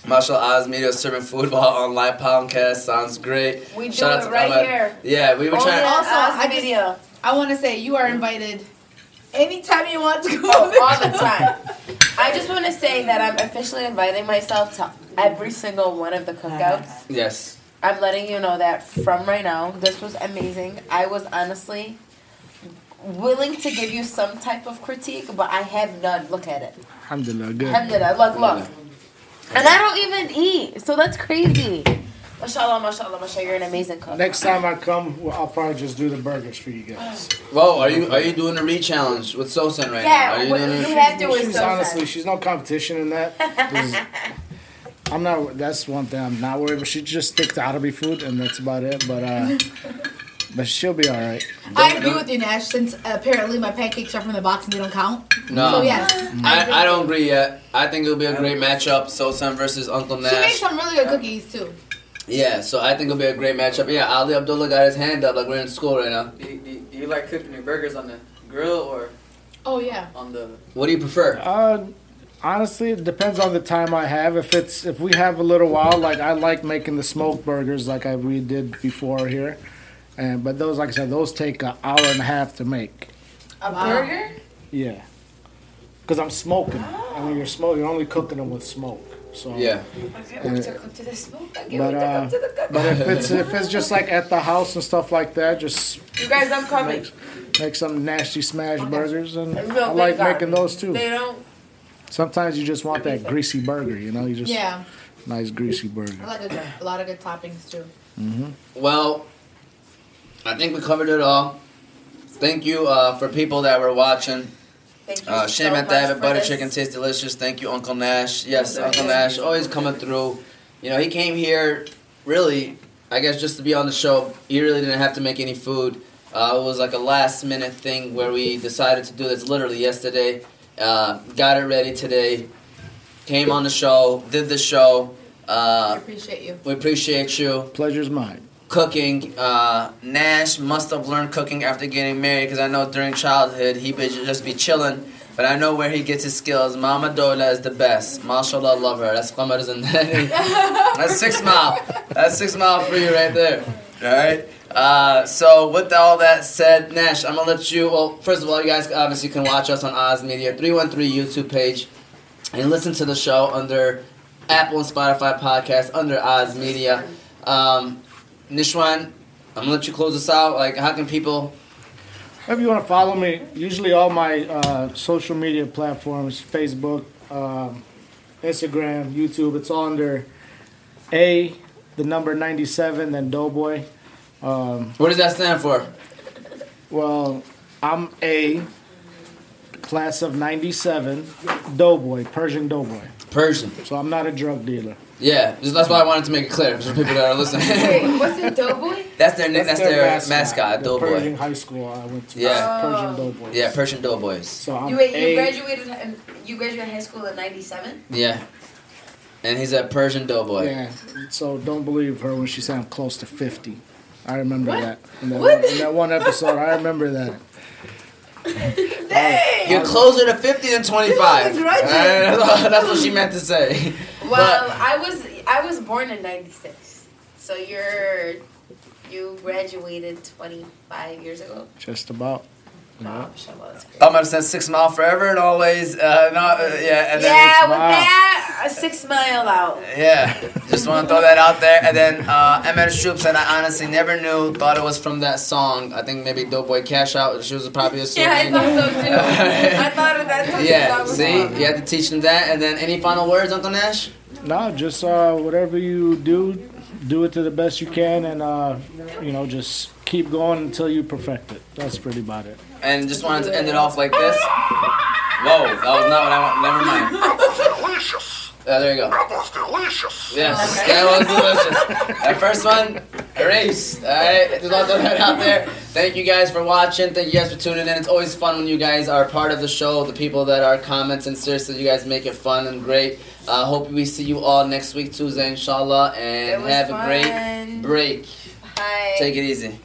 [SPEAKER 1] Marshall Oz Media serving food while on live podcast sounds great.
[SPEAKER 10] We do
[SPEAKER 1] Shout out
[SPEAKER 10] it
[SPEAKER 1] to
[SPEAKER 10] right
[SPEAKER 1] Ahmed.
[SPEAKER 10] here. Oh,
[SPEAKER 1] Yeah, we were
[SPEAKER 10] Only
[SPEAKER 1] trying.
[SPEAKER 10] on
[SPEAKER 11] Also,
[SPEAKER 10] Oz
[SPEAKER 11] I just-
[SPEAKER 10] video
[SPEAKER 11] I want to say you are invited anytime you want to go.
[SPEAKER 10] all the time. I just want to say that I'm officially inviting myself to every single one of the cookouts.
[SPEAKER 1] Yes.
[SPEAKER 10] I'm letting you know that from right now. This was amazing. I was honestly willing to give you some type of critique, but I have none. Look at it.
[SPEAKER 5] Alhamdulillah, good.
[SPEAKER 10] Alhamdulillah, look, look. And I don't even eat, so that's crazy. Mashallah, mashallah, mashallah, you're an amazing cook.
[SPEAKER 5] Next time I come, well, I'll probably just do the burgers for you guys.
[SPEAKER 1] Whoa, are you are you doing a re challenge with Sosan right now? Are
[SPEAKER 10] yeah,
[SPEAKER 1] you
[SPEAKER 10] what
[SPEAKER 1] doing a-
[SPEAKER 10] you have to is
[SPEAKER 5] she's
[SPEAKER 10] so
[SPEAKER 5] honestly,
[SPEAKER 10] sad.
[SPEAKER 5] she's no competition in that. There's- I'm not. That's one thing I'm not worried. But she just stick to Arabic food, and that's about it. But uh, but she'll be all right.
[SPEAKER 3] I agree with you, Nash, since apparently my pancakes are from the box and they don't count.
[SPEAKER 1] No.
[SPEAKER 10] oh,
[SPEAKER 3] So, yes.
[SPEAKER 1] I, I don't agree yet. I think it'll be a great matchup. Sosan versus Uncle Nash.
[SPEAKER 3] She makes some really good cookies, too.
[SPEAKER 1] Yeah, so I think it'll be a great matchup. Yeah, Ali Abdullah got his hand up like we're in school right now.
[SPEAKER 8] Do you, do you- do you like cooking your burgers on the grill or
[SPEAKER 11] Oh yeah.
[SPEAKER 8] on the?
[SPEAKER 1] What do you prefer?
[SPEAKER 5] Uh, honestly, it depends on the time I have. If it's if we have a little while, like I like making the smoked burgers, like I we did before here, and but those, like I said, those take an hour and a half to make.
[SPEAKER 11] A
[SPEAKER 5] Yeah, because I'm smoking, them. and when you're smoking, you're only cooking them with smoke. So uh,
[SPEAKER 1] Yeah.
[SPEAKER 5] But uh, but if it's if it's just like at the house and stuff like that, just
[SPEAKER 10] You guys, I'm coming.
[SPEAKER 5] make, make some nasty smash burgers, and
[SPEAKER 10] It's
[SPEAKER 5] I
[SPEAKER 10] real
[SPEAKER 5] like
[SPEAKER 10] big guy.
[SPEAKER 5] making those too.
[SPEAKER 10] They don't.
[SPEAKER 5] Sometimes you just want that greasy burger, you know, you just
[SPEAKER 11] Yeah,
[SPEAKER 5] nice greasy
[SPEAKER 11] I
[SPEAKER 5] burger.
[SPEAKER 11] like a, good- a lot of good toppings too.
[SPEAKER 1] Well, I think we covered it all. Thank you uh, for people that were watching.
[SPEAKER 10] Thank you
[SPEAKER 1] Uh, shame
[SPEAKER 10] so
[SPEAKER 1] at that.
[SPEAKER 10] much for
[SPEAKER 1] Butter
[SPEAKER 10] this.
[SPEAKER 1] chicken tastes delicious. Thank you, Uncle Nash. Yes,
[SPEAKER 10] Yes,
[SPEAKER 1] Uncle
[SPEAKER 10] yes.
[SPEAKER 1] Nash always coming through. You know, he came here really, I guess, just to be on the show. He really didn't have to make any food. Uh, it was like a last minute thing where we decided to do this literally yesterday. Uh, got it ready today. Came on the show, did the show.
[SPEAKER 11] I
[SPEAKER 1] Uh,
[SPEAKER 11] appreciate you.
[SPEAKER 1] we appreciate you
[SPEAKER 5] Pleasure's mine.
[SPEAKER 1] cooking. Uh, Nash must have learned cooking after getting married because I know during childhood he would just be chilling. But I know where he gets his skills. Mama Dola is the best. Mashallah, love her. That's Qamar's and That's six mile. That's six mile for you right there. All right. Uh, so with all that said, Nash, I'm gonna let you. Well, first of all, you guys obviously can watch us on Oz Media 313 YouTube page and listen to the show under Apple and Spotify podcast under Oz Media. Um, Nishwan, I'm gonna let you close this out. Like, how can people?
[SPEAKER 5] If you want to follow me, usually all my uh, social media platforms Facebook, um, Instagram, YouTube, it's all under A, the number 97, then Doughboy.
[SPEAKER 1] What does that stand for?
[SPEAKER 5] Well, I'm A, class of 97, Doughboy, Persian Doughboy.
[SPEAKER 1] Persian.
[SPEAKER 5] So I'm not a drug dealer.
[SPEAKER 1] Yeah, just- that's why I wanted to make it clear for people that are listening.
[SPEAKER 10] Wait, what's it, Doughboy?
[SPEAKER 1] that's their that's, their, mascot,
[SPEAKER 5] the Persian
[SPEAKER 1] Doughboy.
[SPEAKER 5] high school I went to.
[SPEAKER 1] Yeah.
[SPEAKER 5] Persian Doughboy.
[SPEAKER 1] Yeah, Persian Doughboys.
[SPEAKER 5] So I'm
[SPEAKER 10] You, wait,
[SPEAKER 5] A,
[SPEAKER 10] you graduated. in- You graduated high school in '97.
[SPEAKER 1] Yeah, and he's a Persian Doughboy.
[SPEAKER 5] Yeah, so don't believe her when she said I'm close to 50. I remember that. In that,
[SPEAKER 10] What?
[SPEAKER 5] One, in that one episode, I remember that.
[SPEAKER 1] You're closer to 50 than 25.
[SPEAKER 10] This is grudging.
[SPEAKER 1] Alright, that's all- that's what she meant to say.
[SPEAKER 10] Well, I was I was born in '96, so you're you graduated 25 years ago.
[SPEAKER 5] Just about.
[SPEAKER 10] Wow, Shabbat, that's great.
[SPEAKER 1] I'm gonna send Six Mile forever and always. Uh, no, uh, yeah, and then
[SPEAKER 10] yeah, with
[SPEAKER 5] Wow.
[SPEAKER 10] that, a six mile out.
[SPEAKER 1] Yeah, just want to throw that out there. And then uh, MS Troops, and I honestly never knew, thought it was from that song. I think maybe Doughboy Cash Out. She was probably assuming.
[SPEAKER 10] Yeah, I thought so too. I thought of that. too.
[SPEAKER 1] Yeah,
[SPEAKER 10] That was
[SPEAKER 1] see,
[SPEAKER 10] awesome.
[SPEAKER 1] you had to teach them that. And then any final words, Uncle Nash?
[SPEAKER 5] No, just uh, whatever you do, do it to the best you can, and uh, you know, just keep going until you perfect it. That's pretty about it.
[SPEAKER 1] And just wanted to end it off like this. Whoa, that was not what I want. Never mind.
[SPEAKER 12] Delicious.
[SPEAKER 1] Uh, there you go.
[SPEAKER 12] That was delicious.
[SPEAKER 1] Yes, that was delicious. That first one, erased. All right, just want to throw that out there. Thank you guys for watching. Thank you guys for tuning in. It's always fun when you guys are part of the show. The people that are commenting, seriously, you guys make it fun and great. Uh, hope we see you all next week, Tuesday, inshallah, and
[SPEAKER 10] It was
[SPEAKER 1] have a
[SPEAKER 10] fun.
[SPEAKER 1] great break.
[SPEAKER 10] Hi.
[SPEAKER 1] Take it easy.